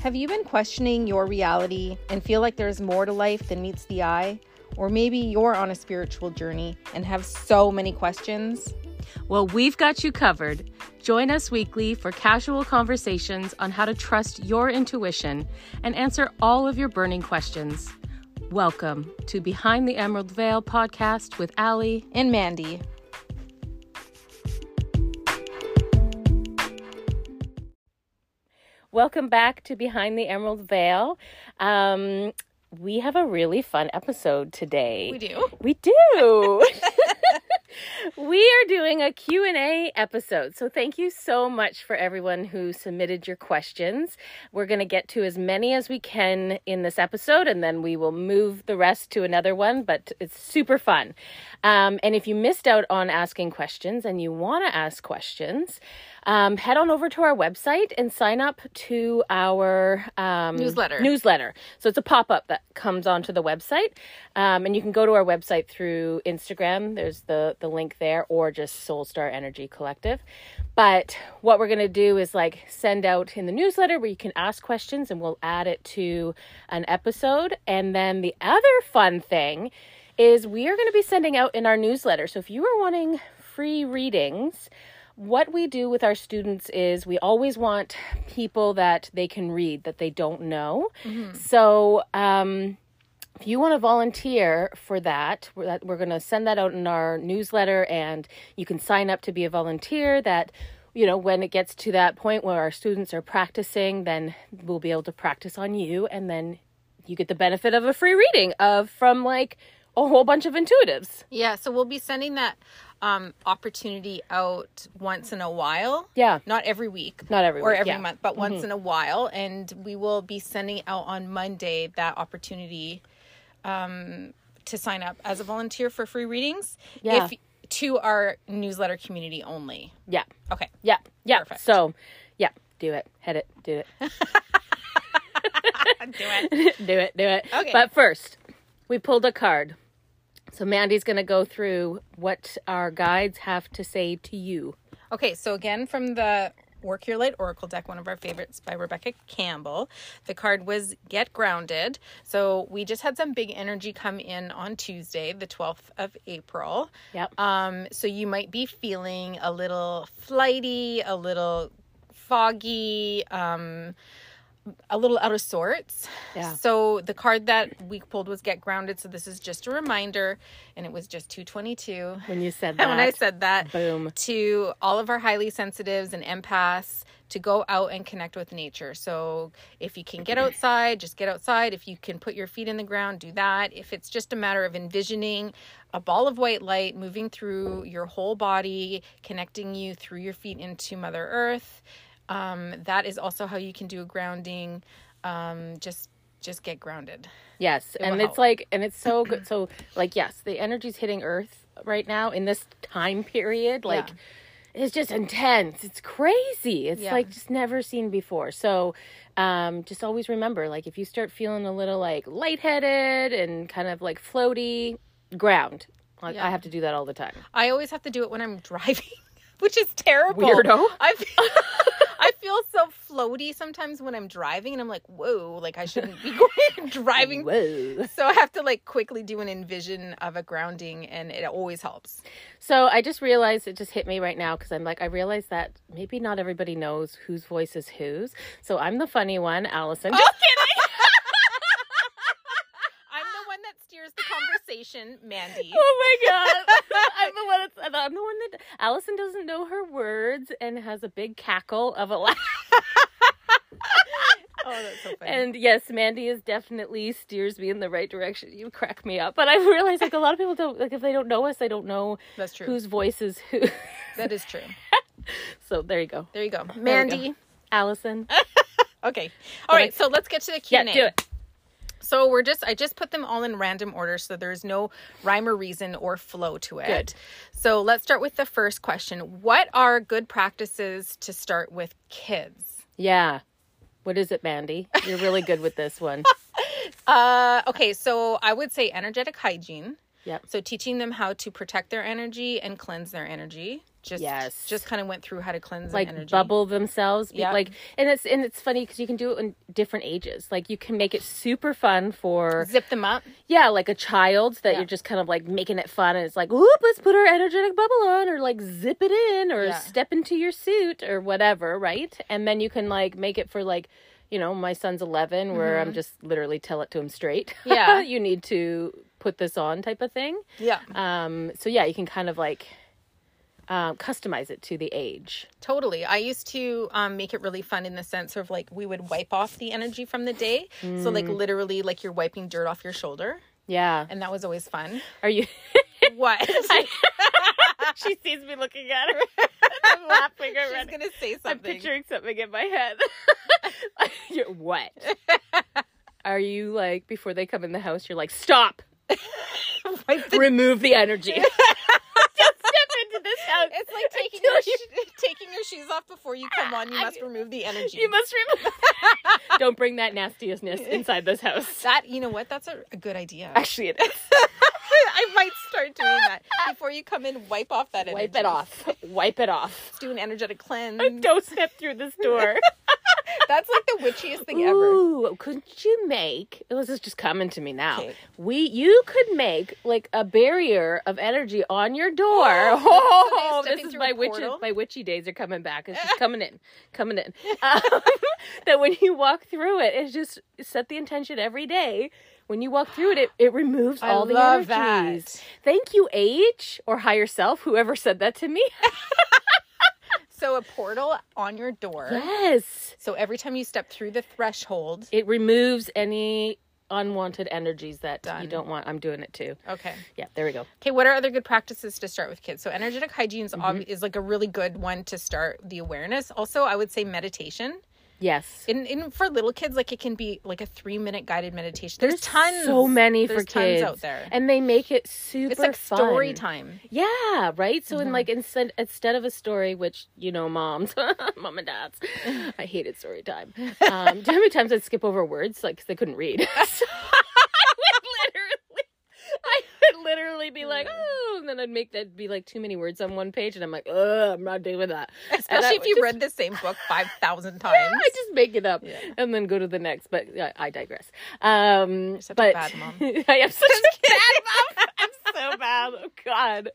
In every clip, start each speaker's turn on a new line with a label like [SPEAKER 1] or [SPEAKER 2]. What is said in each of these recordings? [SPEAKER 1] Have you been questioning your reality and feel like there's more to life than meets the eye? Or maybe you're on a spiritual journey and have so many questions?
[SPEAKER 2] Well, we've got you covered. Join us weekly for casual conversations on how to trust your intuition and answer all of your burning questions. Welcome to Behind the Emerald Veil podcast with Allie.
[SPEAKER 1] And Mandy.
[SPEAKER 2] Welcome back to Behind the Emerald Veil. Um, we have a really fun episode today.
[SPEAKER 1] do.
[SPEAKER 2] We do. we are doing a Q&A episode. So thank you so much for everyone who submitted your questions. We're going to get to as many as we can in this episode and then we will move the rest to another one, but it's super fun. Um, and if you missed out on asking questions and you want to ask questions, um, head on over to our website and sign up to our um,
[SPEAKER 1] Newsletter.
[SPEAKER 2] newsletter. So it's a pop up that comes onto the website, um, and you can go to our website through Instagram. There's the the link there, or just Soulstar Energy Collective. But what we're gonna do is like send out in the newsletter where you can ask questions, and we'll add it to an episode. And then the other fun thing is we are gonna be sending out in our newsletter. So if you are wanting free readings what we do with our students is we always want people that they can read that they don't know. So, um, if you want to volunteer for that, we're, that- we're going to send that out in our newsletter, and you can sign up to be a volunteer. That you know, when it gets to that point where our students are practicing, then we'll be able to practice on you, and then you get the benefit of a free reading of from like a whole bunch of intuitives.
[SPEAKER 1] Yeah, so we'll be sending that um, opportunity out once in a while.
[SPEAKER 2] Yeah.
[SPEAKER 1] Not every week.
[SPEAKER 2] Not every
[SPEAKER 1] Or
[SPEAKER 2] week,
[SPEAKER 1] every
[SPEAKER 2] yeah. Mm-hmm.
[SPEAKER 1] month, but once in a while. And we will be sending out on Monday that opportunity um, to sign up as a volunteer for free readings
[SPEAKER 2] Yeah.
[SPEAKER 1] if to our newsletter community only.
[SPEAKER 2] Yeah.
[SPEAKER 1] Okay.
[SPEAKER 2] Yeah. Yeah.
[SPEAKER 1] Perfect.
[SPEAKER 2] So, yeah, do it. Head it. Do it.
[SPEAKER 1] Do it.
[SPEAKER 2] do it. Do it.
[SPEAKER 1] Okay.
[SPEAKER 2] But first, we pulled a card. So Mandy's going to go through what our guides have to say to you.
[SPEAKER 1] Okay, so again from the Work Your Light Oracle deck, one of our favorites by Rebecca Campbell. The card was Get Grounded. So we just had some big energy come in on Tuesday, the 12th of April.
[SPEAKER 2] Yep.
[SPEAKER 1] Um, so you might be feeling a little flighty, a little foggy, um, a little out of sorts.
[SPEAKER 2] Yeah.
[SPEAKER 1] So the card that we pulled was Get Grounded. So this is just a reminder, and it was just 222.
[SPEAKER 2] when you said that.
[SPEAKER 1] And when I said that,
[SPEAKER 2] Boom.
[SPEAKER 1] to all of our highly sensitives and empaths to go out and connect with nature. So if you can get outside, just get outside. If you can put your feet in the ground, do that. If it's just a matter of envisioning a ball of white light moving through your whole body, connecting you through your feet into Mother Earth, um, that is also how you can do a grounding. Um, just just get grounded.
[SPEAKER 2] Yes,
[SPEAKER 1] will
[SPEAKER 2] and
[SPEAKER 1] help.
[SPEAKER 2] it's like, and it's so good. So, like, yes, the energy's hitting Earth right now in this time period. Like, it's just intense. It's crazy. It's
[SPEAKER 1] Yeah.
[SPEAKER 2] like just never seen before. So, um, just always remember, like, if you start feeling a little like lightheaded and kind of like floaty, ground. Like,
[SPEAKER 1] Yeah.
[SPEAKER 2] I have to do that all the time.
[SPEAKER 1] I always have to do it when I'm driving, which is terrible.
[SPEAKER 2] Weirdo.
[SPEAKER 1] I feel, I feel so floaty sometimes when I'm driving, and I'm like, whoa, like I shouldn't be going driving.
[SPEAKER 2] Whoa.
[SPEAKER 1] So I have to like quickly do an envision of a grounding, and it always helps.
[SPEAKER 2] So I just realized it just hit me right now because I'm like I realized that maybe not everybody knows whose voice is whose. So I'm the funny one, Allison.
[SPEAKER 1] Oh, I'm the one that steers the conversation, Mandy.
[SPEAKER 2] Oh my god! I'm the one. That's, I'm the one that Allison doesn't know her words and has a big cackle of a laugh.
[SPEAKER 1] Oh, that's so funny.
[SPEAKER 2] And yes, Mandy is definitely steers me in the right direction. You crack me up, but I realize like a lot of people don't like if they don't know us, they don't know
[SPEAKER 1] that's true.
[SPEAKER 2] whose voice is who.
[SPEAKER 1] that is true.
[SPEAKER 2] so there you go,
[SPEAKER 1] There you go,
[SPEAKER 2] There we go.
[SPEAKER 1] Mandy.
[SPEAKER 2] Allison.
[SPEAKER 1] Okay. All right. So let's get to the Q
[SPEAKER 2] Yeah,
[SPEAKER 1] and A.
[SPEAKER 2] do it.
[SPEAKER 1] So we're just I just put them all in random order so there's no rhyme or reason or flow to it.
[SPEAKER 2] Good.
[SPEAKER 1] So let's start with the first question. What are good practices to start with kids?
[SPEAKER 2] Yeah. What is it, Mandy? You're really good with this one.
[SPEAKER 1] Uh okay, so I would say energetic hygiene.
[SPEAKER 2] Yep.
[SPEAKER 1] So teaching them how to protect their energy and cleanse their energy. just
[SPEAKER 2] Yes.
[SPEAKER 1] just kind of went through how to cleanse
[SPEAKER 2] like
[SPEAKER 1] an energy.
[SPEAKER 2] bubble themselves be-
[SPEAKER 1] Yeah.
[SPEAKER 2] like and it's and it's funny because you can do it in different ages like you can make it super fun for
[SPEAKER 1] Zip them up.
[SPEAKER 2] yeah like a child that
[SPEAKER 1] Yeah.
[SPEAKER 2] you're just kind of like making it fun and it's like whoop let's put our energetic bubble on or like zip it in or
[SPEAKER 1] Yeah.
[SPEAKER 2] step into your suit or whatever right and then you can like make it for like you know my son's 11 where i'm just literally tell it to him straight
[SPEAKER 1] Mm-hmm. Yeah.
[SPEAKER 2] you need to put this on type of thing
[SPEAKER 1] Yeah.
[SPEAKER 2] um so yeah you can kind of like um, customize it to the age
[SPEAKER 1] Totally. I used to um, make it really fun in the sense of like we would wipe off the energy from the day. So like
[SPEAKER 2] Mm.
[SPEAKER 1] literally like you're wiping dirt off your shoulder.
[SPEAKER 2] yeah
[SPEAKER 1] And that was always fun.
[SPEAKER 2] Are you?
[SPEAKER 1] What?
[SPEAKER 2] she sees me looking at her. I'm laughing
[SPEAKER 1] She's
[SPEAKER 2] already.
[SPEAKER 1] gonna say
[SPEAKER 2] I'm
[SPEAKER 1] something.
[SPEAKER 2] picturing something in my head. You're- what? Are you like before they come in the house? You're like, stop.
[SPEAKER 1] Wipe the-
[SPEAKER 2] Remove the energy. Just step into this house.
[SPEAKER 1] it's like taking
[SPEAKER 2] Until
[SPEAKER 1] your
[SPEAKER 2] you-
[SPEAKER 1] sh- taking your shoes off before you come on. You must remove the energy.
[SPEAKER 2] You must remove. Don't bring that nastiness inside this house.
[SPEAKER 1] that you know what? That's a, a good idea.
[SPEAKER 2] Actually, it is.
[SPEAKER 1] I might start doing that before you come in. Wipe off that energy.
[SPEAKER 2] Wipe it off. Wipe it off.
[SPEAKER 1] Let's do an energetic cleanse.
[SPEAKER 2] Don't step through this door.
[SPEAKER 1] That's like the witchiest thing ever.
[SPEAKER 2] Ooh, couldn't you make? This is just coming to me now.
[SPEAKER 1] Okay.
[SPEAKER 2] We, you could make like a barrier of energy on your door. Oh,
[SPEAKER 1] stepping
[SPEAKER 2] this is
[SPEAKER 1] through
[SPEAKER 2] my
[SPEAKER 1] a
[SPEAKER 2] witchy,
[SPEAKER 1] portal?
[SPEAKER 2] my witchy days are coming back. It's just coming in, coming in. Um, that when you walk through it, it's just set the intention every day. When you walk through it, it, it removes
[SPEAKER 1] I
[SPEAKER 2] all the
[SPEAKER 1] love
[SPEAKER 2] energies.
[SPEAKER 1] that.
[SPEAKER 2] Thank you, age or higher self, whoever said that to me.
[SPEAKER 1] So a portal on your door.
[SPEAKER 2] yes,
[SPEAKER 1] So every time you step through the threshold.
[SPEAKER 2] it removes any unwanted energies that you
[SPEAKER 1] Done.
[SPEAKER 2] don't want. I'm doing it too.
[SPEAKER 1] Okay.
[SPEAKER 2] Yeah, there we go.
[SPEAKER 1] Okay, what are other good practices to start with kids? So energetic hygiene is,
[SPEAKER 2] Mm-hmm.
[SPEAKER 1] obvi- is like a really good one to start the awareness. Also, I would say meditation.
[SPEAKER 2] Yes.
[SPEAKER 1] In, in for little kids, like it can be like a three minute guided meditation. There's, tons,
[SPEAKER 2] So many
[SPEAKER 1] there's
[SPEAKER 2] for kids.
[SPEAKER 1] tons out there.
[SPEAKER 2] And they make it super
[SPEAKER 1] it's like story
[SPEAKER 2] fun.
[SPEAKER 1] time. Mm-hmm.
[SPEAKER 2] Yeah, right? So in like instead instead of a story which, you know, moms, mom and dads, I hated story time. Um, do you know how many times I'd skip over words like 'cause they couldn't read? So I would literally I would literally be like,
[SPEAKER 1] Mm.
[SPEAKER 2] oh, and then I'd make that be like too many words on one page, and I'm like, oh, I'm not doing that. And I
[SPEAKER 1] Especially if
[SPEAKER 2] would
[SPEAKER 1] you
[SPEAKER 2] just
[SPEAKER 1] read the same book five thousand times.
[SPEAKER 2] I just make it up
[SPEAKER 1] Yeah.
[SPEAKER 2] and then go to the next. But I, I digress. Um,
[SPEAKER 1] such a
[SPEAKER 2] but
[SPEAKER 1] bad mom.
[SPEAKER 2] I am such a bad mom. I'm so bad. Oh God.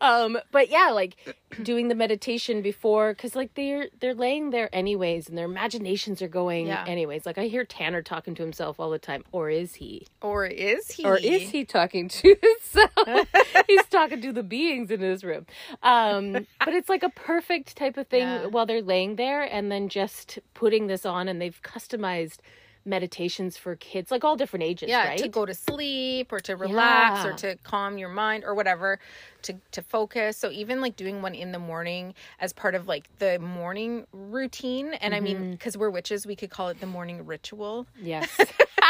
[SPEAKER 2] Um, but yeah, like doing the meditation before, because like they're they're laying there anyways, and their imaginations are going
[SPEAKER 1] Yeah.
[SPEAKER 2] anyways. Like I hear Tanner talking to himself all the time, or is he?
[SPEAKER 1] Or is he?
[SPEAKER 2] Or is he talking to himself? He's talking to the beings in his room. Um, but it's like a perfect type of thing
[SPEAKER 1] Yeah.
[SPEAKER 2] while they're laying there and then just putting this on and they've customized meditations for kids, like all different ages,
[SPEAKER 1] Yeah,
[SPEAKER 2] right?
[SPEAKER 1] to go to sleep or to relax or
[SPEAKER 2] Yeah.
[SPEAKER 1] to calm your mind or whatever, to to focus. So even like doing one in the morning as part of like the morning routine, and I mean
[SPEAKER 2] Mm-hmm.
[SPEAKER 1] because we're witches, we could call it the morning ritual.
[SPEAKER 2] yes.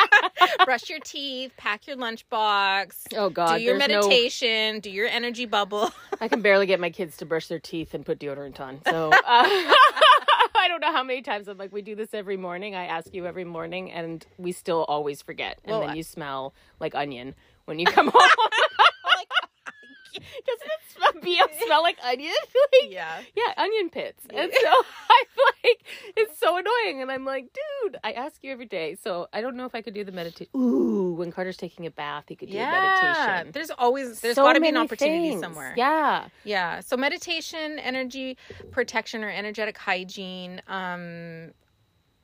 [SPEAKER 1] Brush your teeth, pack your lunchbox,
[SPEAKER 2] Oh God.
[SPEAKER 1] do your
[SPEAKER 2] there's no-
[SPEAKER 1] meditation, do your energy bubble.
[SPEAKER 2] I can barely get my kids to brush their teeth and put deodorant on. So uh, I don't know how many times I'm like, we do this every morning. I ask you every morning, and we still always forget. And
[SPEAKER 1] Well,
[SPEAKER 2] then
[SPEAKER 1] I-
[SPEAKER 2] you smell like onion when you come home.
[SPEAKER 1] Like,
[SPEAKER 2] Doesn't it smell, be, smell like onion? Like,
[SPEAKER 1] yeah.
[SPEAKER 2] yeah, onion pits. And so I'm like, it's so annoying. And I'm like, dude, I ask you every day. So I don't know if I could do the meditation. Ooh, when Carter's taking a bath, he could do a
[SPEAKER 1] Yeah,
[SPEAKER 2] meditation.
[SPEAKER 1] there's always there's
[SPEAKER 2] So
[SPEAKER 1] got to be an
[SPEAKER 2] many
[SPEAKER 1] opportunity
[SPEAKER 2] things.
[SPEAKER 1] somewhere.
[SPEAKER 2] Yeah.
[SPEAKER 1] Yeah. So meditation, energy protection or energetic hygiene. Um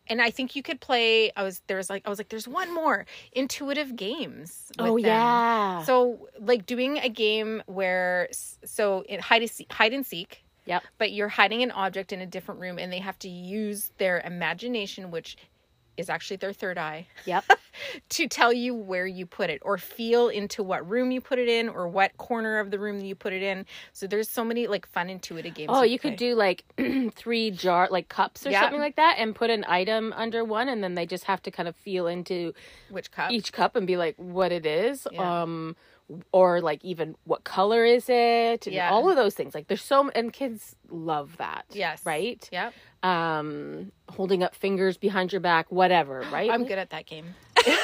[SPEAKER 1] and I think you could play I was there was like I was like, there's one more. Intuitive games. with
[SPEAKER 2] Oh,
[SPEAKER 1] them.
[SPEAKER 2] yeah.
[SPEAKER 1] So like doing a game where s- so it hide and seek, hide and seek
[SPEAKER 2] yep.
[SPEAKER 1] but you're hiding an object in a different room and they have to use their imagination which is actually their third eye
[SPEAKER 2] Yep.
[SPEAKER 1] to tell you where you put it or feel into what room you put it in or what corner of the room you put it in. So there's so many like fun intuitive games.
[SPEAKER 2] Oh, you could
[SPEAKER 1] play.
[SPEAKER 2] do like three jar like cups or
[SPEAKER 1] Yeah.
[SPEAKER 2] something like that and put an item under one and then they just have to kind of feel into
[SPEAKER 1] which cup?
[SPEAKER 2] each cup and be like what it is.
[SPEAKER 1] Yeah.
[SPEAKER 2] Um or like even what color is it and
[SPEAKER 1] Yeah.
[SPEAKER 2] all of those things. Like there's so m- and kids love that.
[SPEAKER 1] Yes.
[SPEAKER 2] Right?
[SPEAKER 1] Yep.
[SPEAKER 2] Um holding up fingers behind your back, whatever, right? Mm.
[SPEAKER 1] I'm good at that game. we were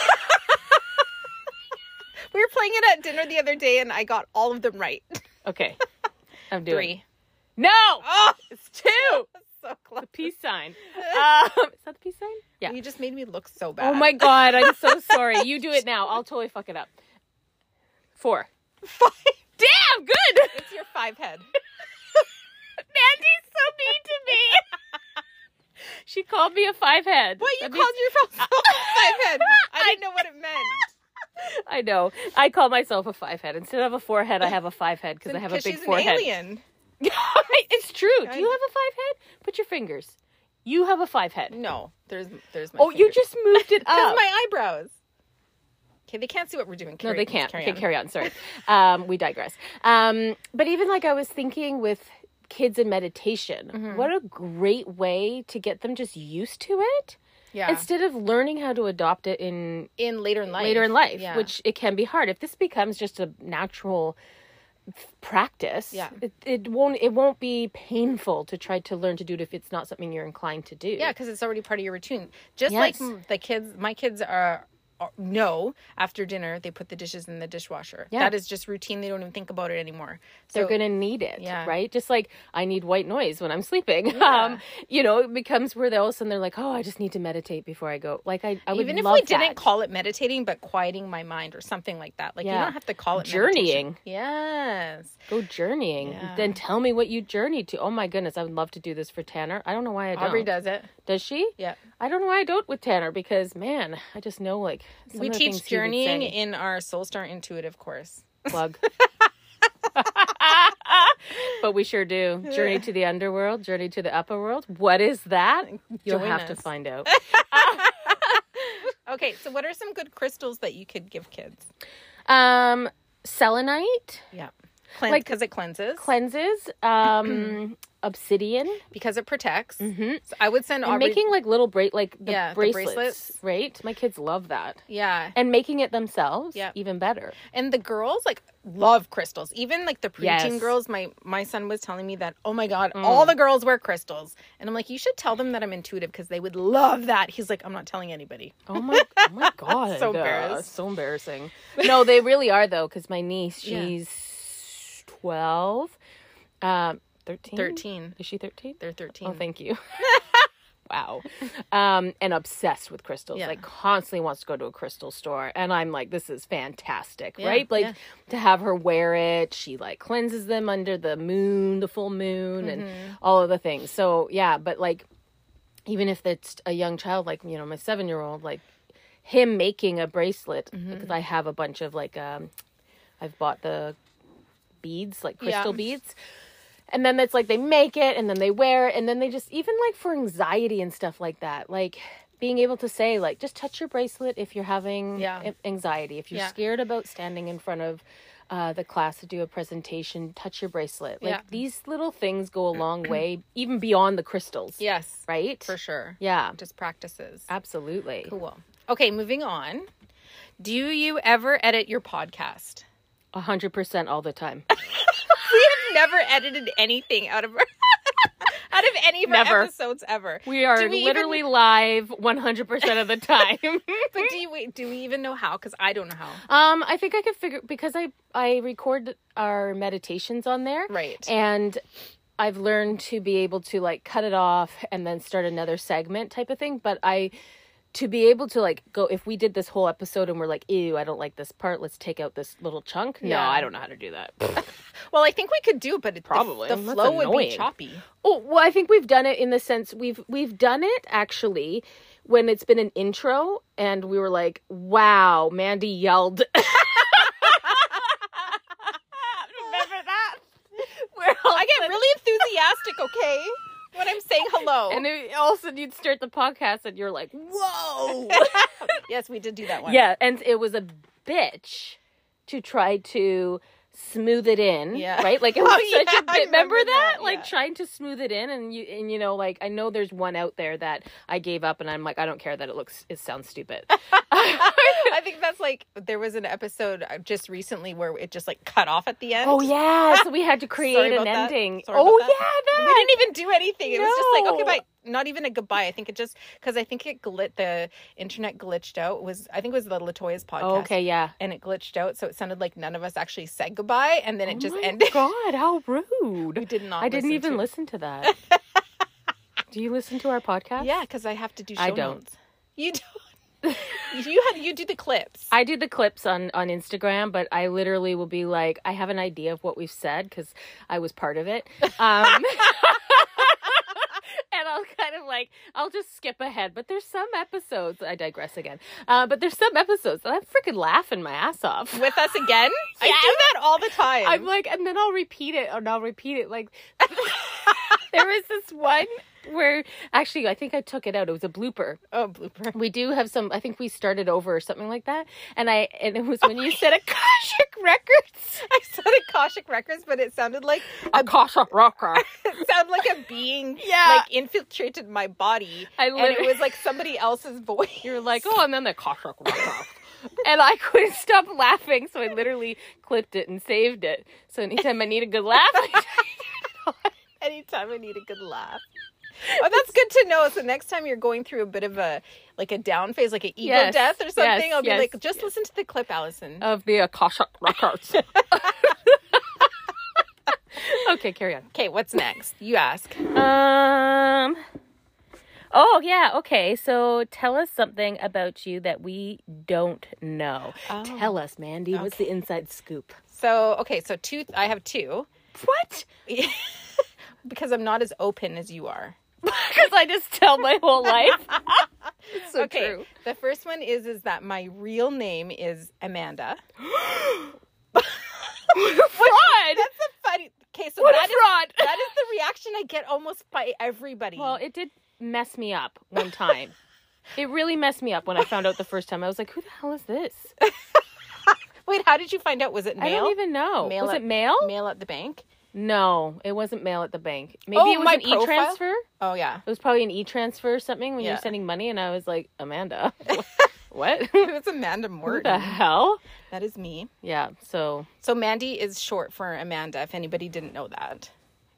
[SPEAKER 1] playing it at dinner the other day and I got all of them right.
[SPEAKER 2] Okay. I'm doing it.
[SPEAKER 1] Three.
[SPEAKER 2] No,
[SPEAKER 1] Oh,
[SPEAKER 2] it's two.
[SPEAKER 1] so close.
[SPEAKER 2] Peace sign. Um, is that the peace sign? Yeah.
[SPEAKER 1] You just made me look so bad.
[SPEAKER 2] Oh my god, I'm so sorry. You do it now. I'll totally fuck it up. Four.
[SPEAKER 1] Five.
[SPEAKER 2] Damn, good.
[SPEAKER 1] It's your five head.
[SPEAKER 2] Mandy's so mean to me. she called me a five head.
[SPEAKER 1] What you
[SPEAKER 2] That
[SPEAKER 1] called
[SPEAKER 2] means-
[SPEAKER 1] yourself five head? I didn't know what it meant.
[SPEAKER 2] I know. I call myself a five head instead of a forehead. I have a five head because I have a big
[SPEAKER 1] she's
[SPEAKER 2] forehead.
[SPEAKER 1] an alien.
[SPEAKER 2] it's true. Do
[SPEAKER 1] I
[SPEAKER 2] you
[SPEAKER 1] know.
[SPEAKER 2] have a five head? Put your fingers. You have a five head.
[SPEAKER 1] No, there's there's my.
[SPEAKER 2] oh, you just moved it
[SPEAKER 1] because
[SPEAKER 2] up.
[SPEAKER 1] my eyebrows. Okay, they can't see what we're doing.
[SPEAKER 2] No,
[SPEAKER 1] Carry-
[SPEAKER 2] they
[SPEAKER 1] let's
[SPEAKER 2] can't.
[SPEAKER 1] Carry
[SPEAKER 2] okay,
[SPEAKER 1] on.
[SPEAKER 2] carry on. Sorry. Um, we digress. Um, but even like I was thinking with kids and meditation,
[SPEAKER 1] Mm-hmm.
[SPEAKER 2] what a great way to get them just used to it
[SPEAKER 1] Yeah,
[SPEAKER 2] instead of learning how to adopt it in
[SPEAKER 1] in later in life.
[SPEAKER 2] later in life,
[SPEAKER 1] Yeah.
[SPEAKER 2] which it can be hard. If this becomes just a natural f- practice,
[SPEAKER 1] Yeah.
[SPEAKER 2] it, it won't it won't be painful to try to learn to do it if it's not something you're inclined to do.
[SPEAKER 1] Yeah, because it's already part of your routine. Just
[SPEAKER 2] Yes.
[SPEAKER 1] like m- the kids, my kids are, are know after dinner they put the dishes in the dishwasher.
[SPEAKER 2] Yeah.
[SPEAKER 1] That is just routine. They don't even think about it anymore. So
[SPEAKER 2] they're gonna need it
[SPEAKER 1] Yeah.
[SPEAKER 2] right just like i need white noise when i'm sleeping
[SPEAKER 1] Yeah.
[SPEAKER 2] um you know it becomes where they all of a sudden they're like oh i just need to meditate before i go like i, I would
[SPEAKER 1] even if
[SPEAKER 2] love
[SPEAKER 1] we didn't
[SPEAKER 2] that.
[SPEAKER 1] call it meditating, but quieting my mind or something like that. Like you
[SPEAKER 2] Yeah.
[SPEAKER 1] don't have to call it
[SPEAKER 2] Journeying.
[SPEAKER 1] meditation. Yes.
[SPEAKER 2] go journeying
[SPEAKER 1] Yeah.
[SPEAKER 2] then tell me what you journeyed to oh my goodness i would love to do this for tanner i don't know why i don't
[SPEAKER 1] Aubrey does it.
[SPEAKER 2] does she
[SPEAKER 1] Yeah.
[SPEAKER 2] i don't know why i don't with tanner because man i just know like some
[SPEAKER 1] we
[SPEAKER 2] of the
[SPEAKER 1] teach
[SPEAKER 2] things he would
[SPEAKER 1] journeying
[SPEAKER 2] say.
[SPEAKER 1] in our Soul Star Intuitive course.
[SPEAKER 2] plug but we sure do journey to the underworld journey to the upper world what is that you'll
[SPEAKER 1] Join
[SPEAKER 2] have to
[SPEAKER 1] us.
[SPEAKER 2] find out
[SPEAKER 1] Okay, so what are some good crystals that you could give kids?
[SPEAKER 2] Um, selenite
[SPEAKER 1] Yeah. Cleanse,
[SPEAKER 2] Like-
[SPEAKER 1] because it cleanses,
[SPEAKER 2] cleanses. Um, obsidian.
[SPEAKER 1] because it protects. So I would send
[SPEAKER 2] Mm-hmm. And
[SPEAKER 1] Aubrey.
[SPEAKER 2] making like little bra- like the
[SPEAKER 1] Yeah, the
[SPEAKER 2] bracelets,
[SPEAKER 1] bracelets.
[SPEAKER 2] right? My kids love that.
[SPEAKER 1] yeah,
[SPEAKER 2] And making it themselves,
[SPEAKER 1] Yep.
[SPEAKER 2] even better.
[SPEAKER 1] and the girls like love crystals. Even like the preteen
[SPEAKER 2] Yes. Mm.
[SPEAKER 1] girls. My my son was telling me that. Oh my god, all the girls wear crystals, and I'm like, you should tell them that I'm intuitive because they would love that. He's like, I'm not telling anybody.
[SPEAKER 2] Oh my, oh my god!
[SPEAKER 1] So
[SPEAKER 2] uh,
[SPEAKER 1] embarrassed.
[SPEAKER 2] so embarrassing. No, they really are though, because my niece,
[SPEAKER 1] Yeah.
[SPEAKER 2] she's twelve, um, thirteen.
[SPEAKER 1] Thirteen.
[SPEAKER 2] Is she thirteen?
[SPEAKER 1] They're thirteen.
[SPEAKER 2] Oh, thank you. wow. Um, and obsessed with crystals.
[SPEAKER 1] Yeah.
[SPEAKER 2] Like constantly wants to go to a crystal store. And I'm like, this is fantastic,
[SPEAKER 1] Yeah,
[SPEAKER 2] right? Like
[SPEAKER 1] yeah.
[SPEAKER 2] to have her wear it. She like cleanses them under the moon, the full moon,
[SPEAKER 1] Mm-hmm.
[SPEAKER 2] and all of the things. So yeah, but like even if it's a young child, like, you know, my seven year old, like him making a bracelet
[SPEAKER 1] Mm-hmm.
[SPEAKER 2] because I have a bunch of like um I've bought the beads, like
[SPEAKER 1] Yeah.
[SPEAKER 2] crystal beads. And then it's like they make it and then they wear it and then they just even like for anxiety and stuff like that, like being able to say like just touch your bracelet if you're having
[SPEAKER 1] Yeah.
[SPEAKER 2] a- anxiety, if you're
[SPEAKER 1] Yeah.
[SPEAKER 2] scared about standing in front of uh, the class to do a presentation, touch your bracelet. Like
[SPEAKER 1] Yeah.
[SPEAKER 2] these little things go a long way, even beyond the crystals,
[SPEAKER 1] Yes,
[SPEAKER 2] right?
[SPEAKER 1] for sure.
[SPEAKER 2] Yeah,
[SPEAKER 1] Just practices.
[SPEAKER 2] absolutely.
[SPEAKER 1] Cool. Okay, moving on. Do you ever edit your podcast?
[SPEAKER 2] A hundred percent all the time.
[SPEAKER 1] We have never edited anything out of our out of any of
[SPEAKER 2] Never.
[SPEAKER 1] our episodes ever.
[SPEAKER 2] We are
[SPEAKER 1] Do we even-
[SPEAKER 2] literally live one hundred percent of the time.
[SPEAKER 1] But do you wait, do we even know how? Because I don't know how.
[SPEAKER 2] Um, I think I could figure because I I record our meditations on there,
[SPEAKER 1] Right.
[SPEAKER 2] And I've learned to be able to like cut it off and then start another segment type of thing. But I to be able to like go if we did this whole episode and we're like, ew, I don't like this part. Let's take out this little chunk. No,
[SPEAKER 1] Yeah.
[SPEAKER 2] I don't know how to do that.
[SPEAKER 1] Well, I think we could do, but it, the-
[SPEAKER 2] Probably.
[SPEAKER 1] the,
[SPEAKER 2] That's
[SPEAKER 1] flow would be
[SPEAKER 2] annoying.
[SPEAKER 1] choppy.
[SPEAKER 2] Oh well, I think we've done it in the sense we've we've done it actually when it's been an intro and we were like, "Wow, Mandy yelled." Remember that? Where I get
[SPEAKER 1] Really enthusiastic, okay? When I'm saying hello.
[SPEAKER 2] and it, all of a sudden you'd start the podcast and you're like, "Whoa!"
[SPEAKER 1] yes, we did do that one.
[SPEAKER 2] yeah, and it was a bitch to try to smooth it in
[SPEAKER 1] Yeah.
[SPEAKER 2] right like it
[SPEAKER 1] Oh,
[SPEAKER 2] was such
[SPEAKER 1] yeah,
[SPEAKER 2] a
[SPEAKER 1] I
[SPEAKER 2] bit remember,
[SPEAKER 1] remember
[SPEAKER 2] that,
[SPEAKER 1] that,
[SPEAKER 2] like
[SPEAKER 1] yeah.
[SPEAKER 2] trying to smooth it in and you and you know like i know there's one out there that i gave up and i'm like i don't care that it looks it sounds stupid
[SPEAKER 1] I think that's like there was an episode uh, just recently where it just like cut off at the end.
[SPEAKER 2] oh yeah so we had to create
[SPEAKER 1] Sorry
[SPEAKER 2] an
[SPEAKER 1] about that.
[SPEAKER 2] ending
[SPEAKER 1] Sorry
[SPEAKER 2] oh
[SPEAKER 1] about that.
[SPEAKER 2] yeah
[SPEAKER 1] We
[SPEAKER 2] that
[SPEAKER 1] didn't even do anything. It was just like, okay,
[SPEAKER 2] No.
[SPEAKER 1] bye. not even a goodbye. I think it just because I think it glit the internet glitched out. It was I think it was the Latoya's podcast.
[SPEAKER 2] Oh, okay, yeah.
[SPEAKER 1] And it glitched out, so it sounded like none of us actually said goodbye, and then it just
[SPEAKER 2] Oh my
[SPEAKER 1] ended.
[SPEAKER 2] God, how rude!
[SPEAKER 1] We did not.
[SPEAKER 2] I didn't
[SPEAKER 1] listen
[SPEAKER 2] even
[SPEAKER 1] to-
[SPEAKER 2] listen to that. Do you listen to our podcast?
[SPEAKER 1] Yeah, because I have to do. Show
[SPEAKER 2] I don't.
[SPEAKER 1] notes. You don't. you have you do the clips.
[SPEAKER 2] I do the clips on on Instagram, but I literally will be like, I have an idea of what we've said because I was part of it. Um, and I'll kind of like, I'll just skip ahead. But there's some episodes. I digress again. Uh, but there's some episodes that I'm freaking laughing my ass off.
[SPEAKER 1] with us again. I do
[SPEAKER 2] Yes.
[SPEAKER 1] that all the time.
[SPEAKER 2] I'm like, and then I'll repeat it, and I'll repeat it. Like, there was this one where actually, I think I took it out. It was a blooper.
[SPEAKER 1] oh blooper.
[SPEAKER 2] We do have some. I think we started over or something like that. And I and it was when you said Akashic Records.
[SPEAKER 1] I said Akashic Records, but it sounded like
[SPEAKER 2] Akashic Records.
[SPEAKER 1] it sounded like a being
[SPEAKER 2] Yeah.
[SPEAKER 1] like infiltrated my body.
[SPEAKER 2] I
[SPEAKER 1] and it
[SPEAKER 2] literally-
[SPEAKER 1] was like somebody else's voice.
[SPEAKER 2] You're like, oh, and then the Akashic Records. and I couldn't stop laughing, so I literally clipped it and saved it. So anytime I need a good laugh, I
[SPEAKER 1] Anytime I need a good laugh. Oh, that's good to know. So next time you're going through a bit of a like a down phase, like an ego
[SPEAKER 2] Yes,
[SPEAKER 1] death or
[SPEAKER 2] yes,
[SPEAKER 1] something, I'll be
[SPEAKER 2] yes, Oh.
[SPEAKER 1] like, just listen to the clip, Allison.
[SPEAKER 2] of the Akashic Records. okay, carry on.
[SPEAKER 1] Okay, what's next? You ask.
[SPEAKER 2] Um. Oh yeah. Okay. So tell us something about you that we don't know.
[SPEAKER 1] Oh.
[SPEAKER 2] Tell us, Mandy. What's the inside scoop?
[SPEAKER 1] So okay, so two. I have two
[SPEAKER 2] What?
[SPEAKER 1] because I'm not as open as you are.
[SPEAKER 2] Because I just tell my whole life. so
[SPEAKER 1] okay, the first one is is that my real name is Amanda.
[SPEAKER 2] Fraud.
[SPEAKER 1] That's a funny. Okay, so
[SPEAKER 2] What
[SPEAKER 1] that
[SPEAKER 2] a
[SPEAKER 1] is
[SPEAKER 2] fraud.
[SPEAKER 1] that is the reaction I get almost by everybody.
[SPEAKER 2] Well, it did mess me up one time. it really messed me up when I found out the first time. I was like, "Who the hell is this?"
[SPEAKER 1] Wait, how did you find out? Was it mail?
[SPEAKER 2] I don't even know.
[SPEAKER 1] Mail
[SPEAKER 2] was
[SPEAKER 1] at-
[SPEAKER 2] it mail?
[SPEAKER 1] Mail at the bank.
[SPEAKER 2] No, it wasn't mail at the bank. Maybe
[SPEAKER 1] Oh,
[SPEAKER 2] it was
[SPEAKER 1] my
[SPEAKER 2] an
[SPEAKER 1] profile?
[SPEAKER 2] e-transfer.
[SPEAKER 1] Oh yeah.
[SPEAKER 2] It was probably an e-transfer or something when
[SPEAKER 1] Yeah.
[SPEAKER 2] you're sending money, and I was like, Amanda, what?
[SPEAKER 1] It was Amanda
[SPEAKER 2] Who the
[SPEAKER 1] Morton.
[SPEAKER 2] hell?
[SPEAKER 1] That is me.
[SPEAKER 2] Yeah. So,
[SPEAKER 1] So Mandy is short for Amanda. If anybody didn't know that,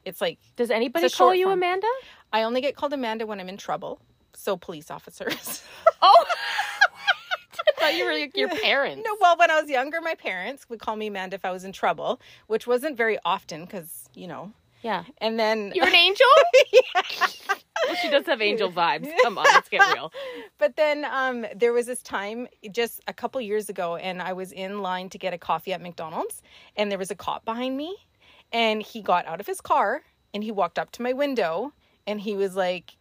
[SPEAKER 1] it's like
[SPEAKER 2] does anybody
[SPEAKER 1] It's a
[SPEAKER 2] call
[SPEAKER 1] short
[SPEAKER 2] you
[SPEAKER 1] form.
[SPEAKER 2] Amanda?
[SPEAKER 1] I only get called Amanda when I'm in trouble. So police officers.
[SPEAKER 2] Oh, I thought you were like, your parents.
[SPEAKER 1] No, well, when I was younger, my parents would call me Amanda if I was in trouble, which wasn't very often because, you know.
[SPEAKER 2] Yeah.
[SPEAKER 1] And then,
[SPEAKER 2] You're an angel. Well, she does have angel vibes. Come on, let's get real.
[SPEAKER 1] but then um, there was this time just a couple years ago, and I was in line to get a coffee at McDonald's, and there was a cop behind me, and he got out of his car and he walked up to my window, and he was like,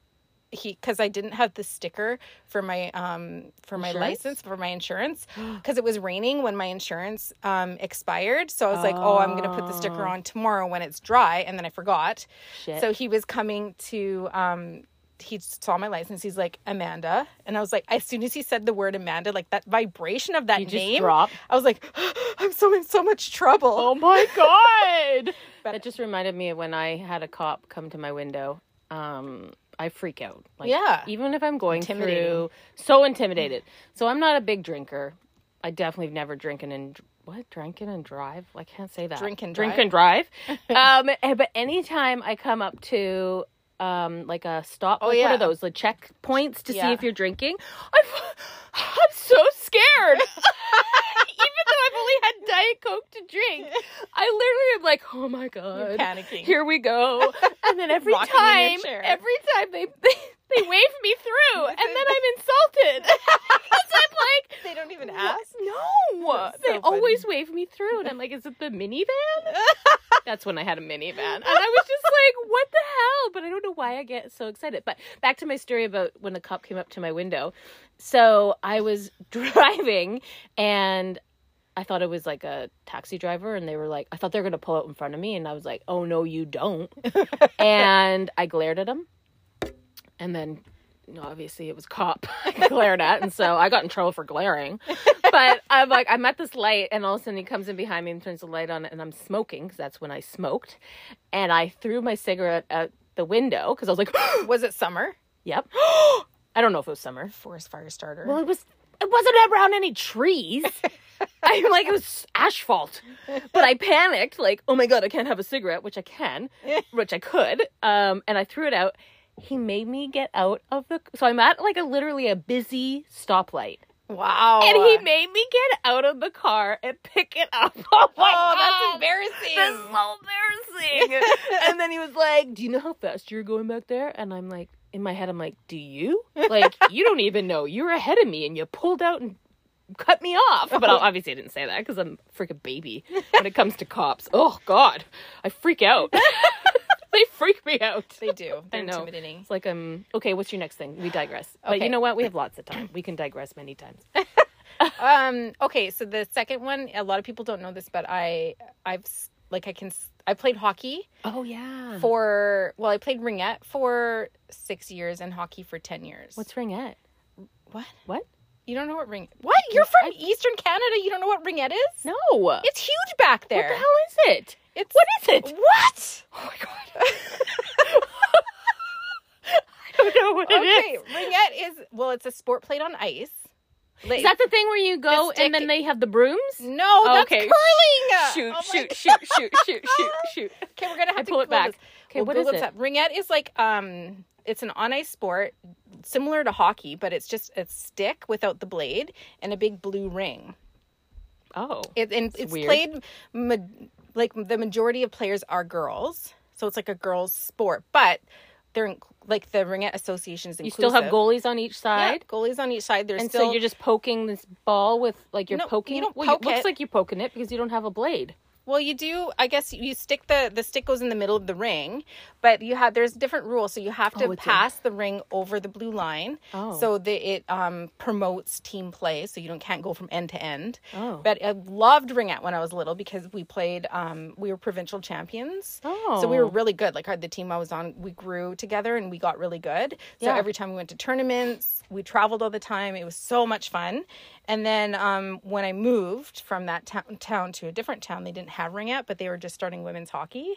[SPEAKER 1] he because I didn't have the sticker for my um for my
[SPEAKER 2] Insurance?
[SPEAKER 1] license for my insurance because it was raining when my insurance um expired so I was like oh I'm gonna put the sticker on tomorrow when it's dry and then I forgot
[SPEAKER 2] Shit.
[SPEAKER 1] so he was coming to um he saw my license he's like Amanda and I was like as soon as he said the word Amanda like that vibration of that
[SPEAKER 2] You just
[SPEAKER 1] name
[SPEAKER 2] drop.
[SPEAKER 1] I was like I'm so in so much trouble
[SPEAKER 2] Oh my god!
[SPEAKER 1] But-
[SPEAKER 2] that just reminded me of when I had a cop come to my window. Um, I freak out. Like,
[SPEAKER 1] Yeah.
[SPEAKER 2] Even if I'm going
[SPEAKER 1] Intimidating.
[SPEAKER 2] through, so intimidated. So I'm not a big drinker. I definitely have never drinking and what drinking and drive. I can't say that.
[SPEAKER 1] Drink and
[SPEAKER 2] drink and drive. um, eh, but anytime I come up to. Um, like a stop. like,
[SPEAKER 1] Oh, yeah.
[SPEAKER 2] What are those? Like checkpoints to
[SPEAKER 1] Yeah.
[SPEAKER 2] see if you're drinking. I'm, I'm so scared. even though I've only had Diet Coke to drink, I literally am like, oh my god,
[SPEAKER 1] panicking.
[SPEAKER 2] Here we go. And then every
[SPEAKER 1] Rocking in your
[SPEAKER 2] time,
[SPEAKER 1] chair.
[SPEAKER 2] every time they, they wave me through, and then I'm insulted. 'Cause I'm like,
[SPEAKER 1] they don't even
[SPEAKER 2] "What?
[SPEAKER 1] ask
[SPEAKER 2] No,
[SPEAKER 1] That's
[SPEAKER 2] they
[SPEAKER 1] so funny.
[SPEAKER 2] always wave me through, and I'm like, is it the minivan? That's when I had a minivan, and I was just like, what the hell? But I don't know why I get so excited. But back to my story about when the cop came up to my window. So I was driving, and I thought it was like a taxi driver, and they were like, I thought they were gonna pull out in front of me, and I was like, oh no, you don't. and I glared at them, and then you know, obviously it was cop I glared at, and so I got in trouble for glaring. But I'm like, I'm at this light, and all of a sudden he comes in behind me and turns the light on, and I'm smoking because that's when I smoked, and I threw my cigarette out the window because I was like,
[SPEAKER 1] was it summer
[SPEAKER 2] yep. I don't know if it was summer.
[SPEAKER 1] forest fire starter
[SPEAKER 2] Well, it was. It wasn't around any trees. I'm like, it was asphalt. But I panicked, like, oh my god, I can't have a cigarette, which I can, which I could. Um, and I threw it out, he made me get out of the so I'm at like a literally a busy stoplight.
[SPEAKER 1] Wow.
[SPEAKER 2] And he made me get out of the car and pick it up. Oh my
[SPEAKER 1] Oh, that's
[SPEAKER 2] god.
[SPEAKER 1] embarrassing.
[SPEAKER 2] That's so embarrassing. and then he was like, Do you know how fast you're going back there? And I'm like, in my head, I'm like, Do you? Like, you don't even know. You're ahead of me and you pulled out and cut me off. But I'll- obviously, I didn't say that because I'm a freaking baby when it comes to cops. Oh, God. I freak out. they freak me out.
[SPEAKER 1] they do. They're
[SPEAKER 2] know.
[SPEAKER 1] intimidating.
[SPEAKER 2] It's like, um, okay, what's your next thing? We digress. But
[SPEAKER 1] Okay.
[SPEAKER 2] you know what? We have lots of time. We can digress many times.
[SPEAKER 1] Um. Okay. So the second one, a lot of people don't know this, but I, I've s- like I can s- I played hockey
[SPEAKER 2] Oh, yeah.
[SPEAKER 1] for well, I played ringette for six years and hockey for ten years.
[SPEAKER 2] What's ringette?
[SPEAKER 1] what?
[SPEAKER 2] What?
[SPEAKER 1] You don't know what ring? What? You're from Eastern Canada. You don't know what ringette is?
[SPEAKER 2] No.
[SPEAKER 1] It's huge back there.
[SPEAKER 2] What the hell is it?
[SPEAKER 1] It's
[SPEAKER 2] What is it?
[SPEAKER 1] What?
[SPEAKER 2] Oh my god. I don't know what
[SPEAKER 1] okay,
[SPEAKER 2] it is.
[SPEAKER 1] ringette is well, it's a sport played on ice. Like-
[SPEAKER 2] Is that the thing where you go
[SPEAKER 1] stick-
[SPEAKER 2] and then they have the brooms?
[SPEAKER 1] no, that's
[SPEAKER 2] Okay.
[SPEAKER 1] curling. Oh
[SPEAKER 2] Shoot,
[SPEAKER 1] my
[SPEAKER 2] shoot, shoot, shoot, shoot, shoot, shoot.
[SPEAKER 1] Okay, we're gonna have
[SPEAKER 2] I
[SPEAKER 1] to
[SPEAKER 2] pull it
[SPEAKER 1] Google
[SPEAKER 2] back.
[SPEAKER 1] this.
[SPEAKER 2] Okay,
[SPEAKER 1] We'll
[SPEAKER 2] what is
[SPEAKER 1] Google this
[SPEAKER 2] it?
[SPEAKER 1] up. Ringette is like um, it's an on ice sport similar to hockey, but it's just a stick without the blade and a big blue ring.
[SPEAKER 2] Oh.
[SPEAKER 1] It, and it's
[SPEAKER 2] weird.
[SPEAKER 1] played ma- like the majority of players are girls, so it's like a girls' sport. But they're in, like the ringette association is
[SPEAKER 2] You still have
[SPEAKER 1] inclusive.
[SPEAKER 2] goalies on each
[SPEAKER 1] Yeah,
[SPEAKER 2] side.
[SPEAKER 1] goalies on each side. There's
[SPEAKER 2] And
[SPEAKER 1] still
[SPEAKER 2] so you're just poking this ball with like you're
[SPEAKER 1] No, you
[SPEAKER 2] poking
[SPEAKER 1] don't
[SPEAKER 2] well
[SPEAKER 1] poke
[SPEAKER 2] it looks
[SPEAKER 1] it.
[SPEAKER 2] like you're poking it because you don't have a blade.
[SPEAKER 1] Well, you do. I guess you stick the the stick goes in the middle of the ring, but you have there's different rules. So you have to
[SPEAKER 2] Oh, it's in-
[SPEAKER 1] pass the ring over the blue line.
[SPEAKER 2] Oh.
[SPEAKER 1] So that it um, promotes team play. So you don't can't go from end to end.
[SPEAKER 2] Oh.
[SPEAKER 1] But I loved ringette when I was little because we played. Um, we were provincial champions. So we
[SPEAKER 2] Oh.
[SPEAKER 1] were really good. Like our, the team I was on, we grew together and we got really good. So
[SPEAKER 2] Yeah.
[SPEAKER 1] every time we went to tournaments, we traveled all the time. It was so much fun. And then um, when I moved from that town, town to a different town, they didn't have ringette, but they were just starting women's hockey.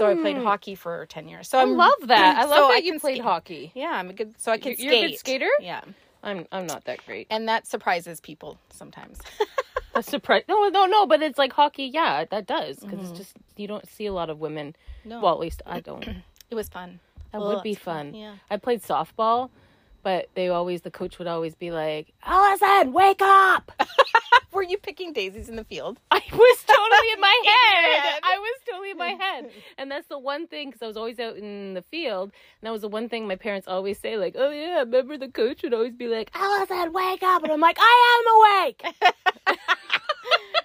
[SPEAKER 1] So I played hockey for ten years. So
[SPEAKER 2] Mm. I
[SPEAKER 1] I'm-
[SPEAKER 2] love that. Mm. I
[SPEAKER 1] so
[SPEAKER 2] love that
[SPEAKER 1] I
[SPEAKER 2] you
[SPEAKER 1] can
[SPEAKER 2] played
[SPEAKER 1] skate.
[SPEAKER 2] hockey.
[SPEAKER 1] Yeah, I'm a good. So I can
[SPEAKER 2] You're- you're a
[SPEAKER 1] skate.
[SPEAKER 2] good skater?
[SPEAKER 1] Yeah,
[SPEAKER 2] I'm I'm not that great.
[SPEAKER 1] and that surprises people sometimes.
[SPEAKER 2] A surprise? No, no, no. But it's like hockey. Yeah, that does because it's just you don't see a lot of women.
[SPEAKER 1] No.
[SPEAKER 2] Well, at least I don't. That
[SPEAKER 1] it was fun.
[SPEAKER 2] would be fun.
[SPEAKER 1] Yeah.
[SPEAKER 2] I played softball, but they always the coach would always be like, "Allison, wake up!"
[SPEAKER 1] Were you picking daisies in the field?
[SPEAKER 2] I was totally in my
[SPEAKER 1] your
[SPEAKER 2] head.
[SPEAKER 1] head.
[SPEAKER 2] I was totally in my head, and that's the one thing because I was always out in the field, and that was the one thing my parents always say, like, "Oh yeah, remember the coach would always be like, Allison, wake up," and I'm like, "I am awake."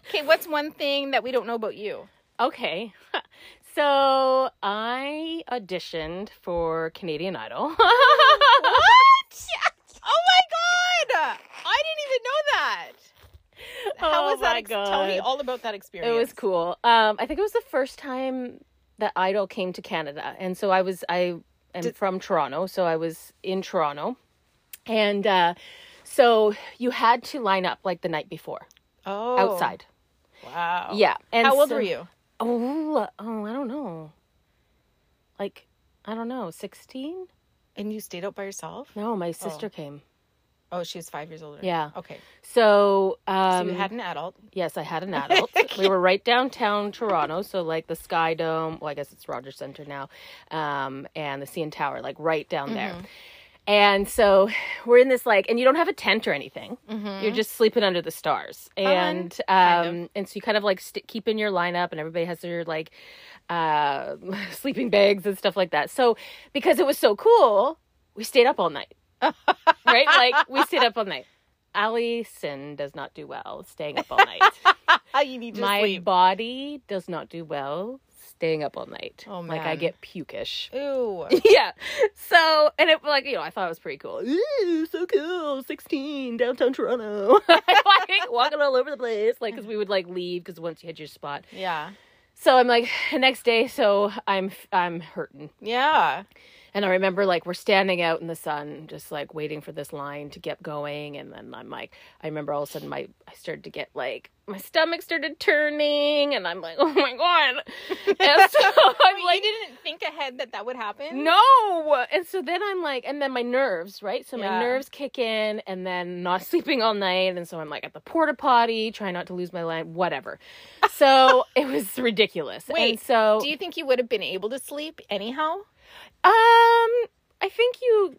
[SPEAKER 1] Okay, what's one thing that we don't know about you?
[SPEAKER 2] Okay. So I auditioned for Canadian Idol.
[SPEAKER 1] Oh my god! I didn't even know that. How
[SPEAKER 2] Oh
[SPEAKER 1] was that?
[SPEAKER 2] my
[SPEAKER 1] Ex- tell me
[SPEAKER 2] God.
[SPEAKER 1] all about that
[SPEAKER 2] it
[SPEAKER 1] experience.
[SPEAKER 2] was cool. Um, I think it was the first time that Idol came to Canada, and so I was I am from Toronto, so I was in Toronto, and uh, so you had to line up like the night before
[SPEAKER 1] oh,
[SPEAKER 2] outside.
[SPEAKER 1] Wow.
[SPEAKER 2] Yeah. And
[SPEAKER 1] How old
[SPEAKER 2] so-
[SPEAKER 1] were you?
[SPEAKER 2] Oh, oh, I don't know. Like, I don't know, sixteen?
[SPEAKER 1] And you stayed out by yourself?
[SPEAKER 2] No, my sister came.
[SPEAKER 1] Oh, she was five years older.
[SPEAKER 2] Yeah.
[SPEAKER 1] Okay.
[SPEAKER 2] So, um,
[SPEAKER 1] So you had an adult.
[SPEAKER 2] Yes, I had an adult. we were right downtown Toronto, so like the Sky Dome. Well, I guess it's Rogers Centre now, um, and the CN Tower, like right down there. And so we're in this like, and you don't have a tent or anything. You're just sleeping under the stars, and um,
[SPEAKER 1] Mm-hmm. kind
[SPEAKER 2] and so you kind of like st- keep in your lineup, and everybody has their like uh, sleeping bags and stuff like that. So because it was so cool, we stayed up all night, right? Like we stayed up all night. Allison does not do well staying up all night.
[SPEAKER 1] Ah, you need
[SPEAKER 2] My body does not do well staying up all night.
[SPEAKER 1] Oh,
[SPEAKER 2] Like I
[SPEAKER 1] man.
[SPEAKER 2] get pukish.
[SPEAKER 1] Ew.
[SPEAKER 2] yeah. So and it like you know I thought it was pretty cool. Ooh, so cool. Sixteen downtown Toronto. like walking all over the place. Like because we would like leave because once you hit your spot.
[SPEAKER 1] yeah.
[SPEAKER 2] So I'm like next day. So I'm I'm hurting.
[SPEAKER 1] Yeah.
[SPEAKER 2] And I remember like we're standing out in the sun, just like waiting for this line to get going. And then I'm like, I remember all of a sudden my I started to get like my stomach started turning, and I'm like, oh my god. And so I'm
[SPEAKER 1] Like,
[SPEAKER 2] like,
[SPEAKER 1] you didn't think ahead that that would happen?
[SPEAKER 2] no. And so then I'm like, and then my nerves, right? So my
[SPEAKER 1] Yeah.
[SPEAKER 2] nerves kick in, and then not sleeping all night, and so I'm like at the porta potty, trying not to lose my line, whatever. So it was ridiculous.
[SPEAKER 1] Wait,
[SPEAKER 2] and so
[SPEAKER 1] Do you think you would have been able to sleep anyhow?
[SPEAKER 2] um, I think you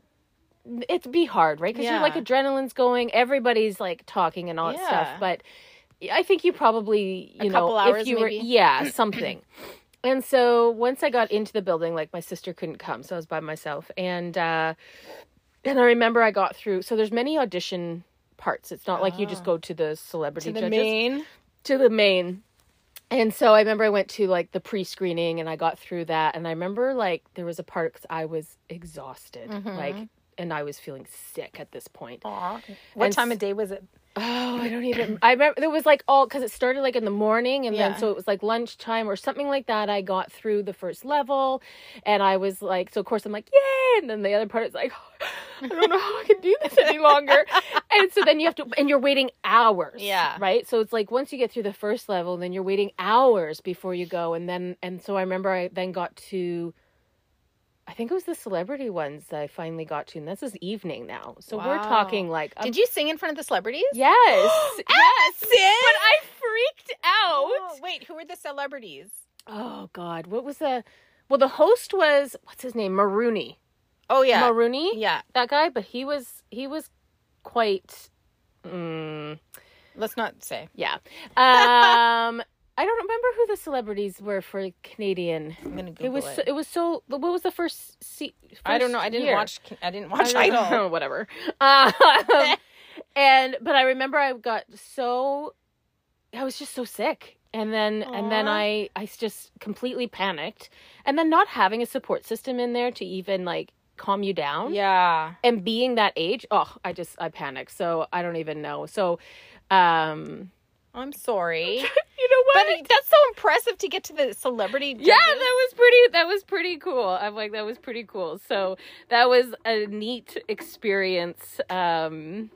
[SPEAKER 2] it'd be hard, right? Because
[SPEAKER 1] Yeah.
[SPEAKER 2] you're like adrenaline's going, everybody's like talking and all that
[SPEAKER 1] Yeah.
[SPEAKER 2] stuff. But I think you probably
[SPEAKER 1] A
[SPEAKER 2] you know
[SPEAKER 1] couple
[SPEAKER 2] if
[SPEAKER 1] hours,
[SPEAKER 2] you
[SPEAKER 1] maybe.
[SPEAKER 2] were yeah something. and so once I got into the building, like my sister couldn't come, so I was by myself, and uh, and I remember I got through. So there's many audition parts. It's not like you just go to the celebrity
[SPEAKER 1] Ah. to the
[SPEAKER 2] judges
[SPEAKER 1] main.
[SPEAKER 2] to the main. And so I remember I went to like the pre-screening and I got through that and I remember like there was a part cuz I was exhausted like and I was feeling sick at this point.
[SPEAKER 1] Aw. What
[SPEAKER 2] And
[SPEAKER 1] time
[SPEAKER 2] s-
[SPEAKER 1] of day was it?
[SPEAKER 2] Oh, I don't even I remember there was like all cuz it started like in the morning and
[SPEAKER 1] Yeah.
[SPEAKER 2] then so it was like lunchtime or something like that. I got through the first level and I was like so of course I'm like yay and then the other part is like I don't know how I can do this any longer. and so then you have to and you're waiting hours.
[SPEAKER 1] Yeah.
[SPEAKER 2] Right? So it's like once you get through the first level, then you're waiting hours before you go and then and so I remember I then got to I think it was the celebrity ones that I finally got to and this is evening now. So we're
[SPEAKER 1] Wow.
[SPEAKER 2] talking like um,
[SPEAKER 1] Did you sing in front of the celebrities?
[SPEAKER 2] Yes.
[SPEAKER 1] Yes, but
[SPEAKER 2] But I freaked
[SPEAKER 1] Oh,
[SPEAKER 2] out.
[SPEAKER 1] wait, who were the celebrities?
[SPEAKER 2] Oh God, what was the? Well, the host was what's his name, Marooney.
[SPEAKER 1] Oh yeah,
[SPEAKER 2] Marooney,
[SPEAKER 1] yeah.
[SPEAKER 2] that guy. But he was he was quite. Mm,
[SPEAKER 1] Let's not say.
[SPEAKER 2] yeah. Um, I don't remember who the celebrities were for Canadian.
[SPEAKER 1] I'm gonna Google
[SPEAKER 2] it was so, it was so. What was the first? Se- first
[SPEAKER 1] I don't know. I didn't
[SPEAKER 2] year?
[SPEAKER 1] watch. I didn't watch
[SPEAKER 2] I don't
[SPEAKER 1] Idol.
[SPEAKER 2] know, whatever. Um, and but I remember I got so I was just so sick. And then and then
[SPEAKER 1] Aw.
[SPEAKER 2] I I just completely panicked. And then not having a support system in there to even like calm you down
[SPEAKER 1] Yeah.
[SPEAKER 2] and being that age, oh, I just I panicked. So I don't even know. So um
[SPEAKER 1] I'm sorry.
[SPEAKER 2] you know
[SPEAKER 1] But it- that's so impressive to get to the celebrity.
[SPEAKER 2] yeah, that
[SPEAKER 1] judges.
[SPEAKER 2] was pretty. That was pretty cool. I'm like, that was pretty cool. So that was a neat experience um,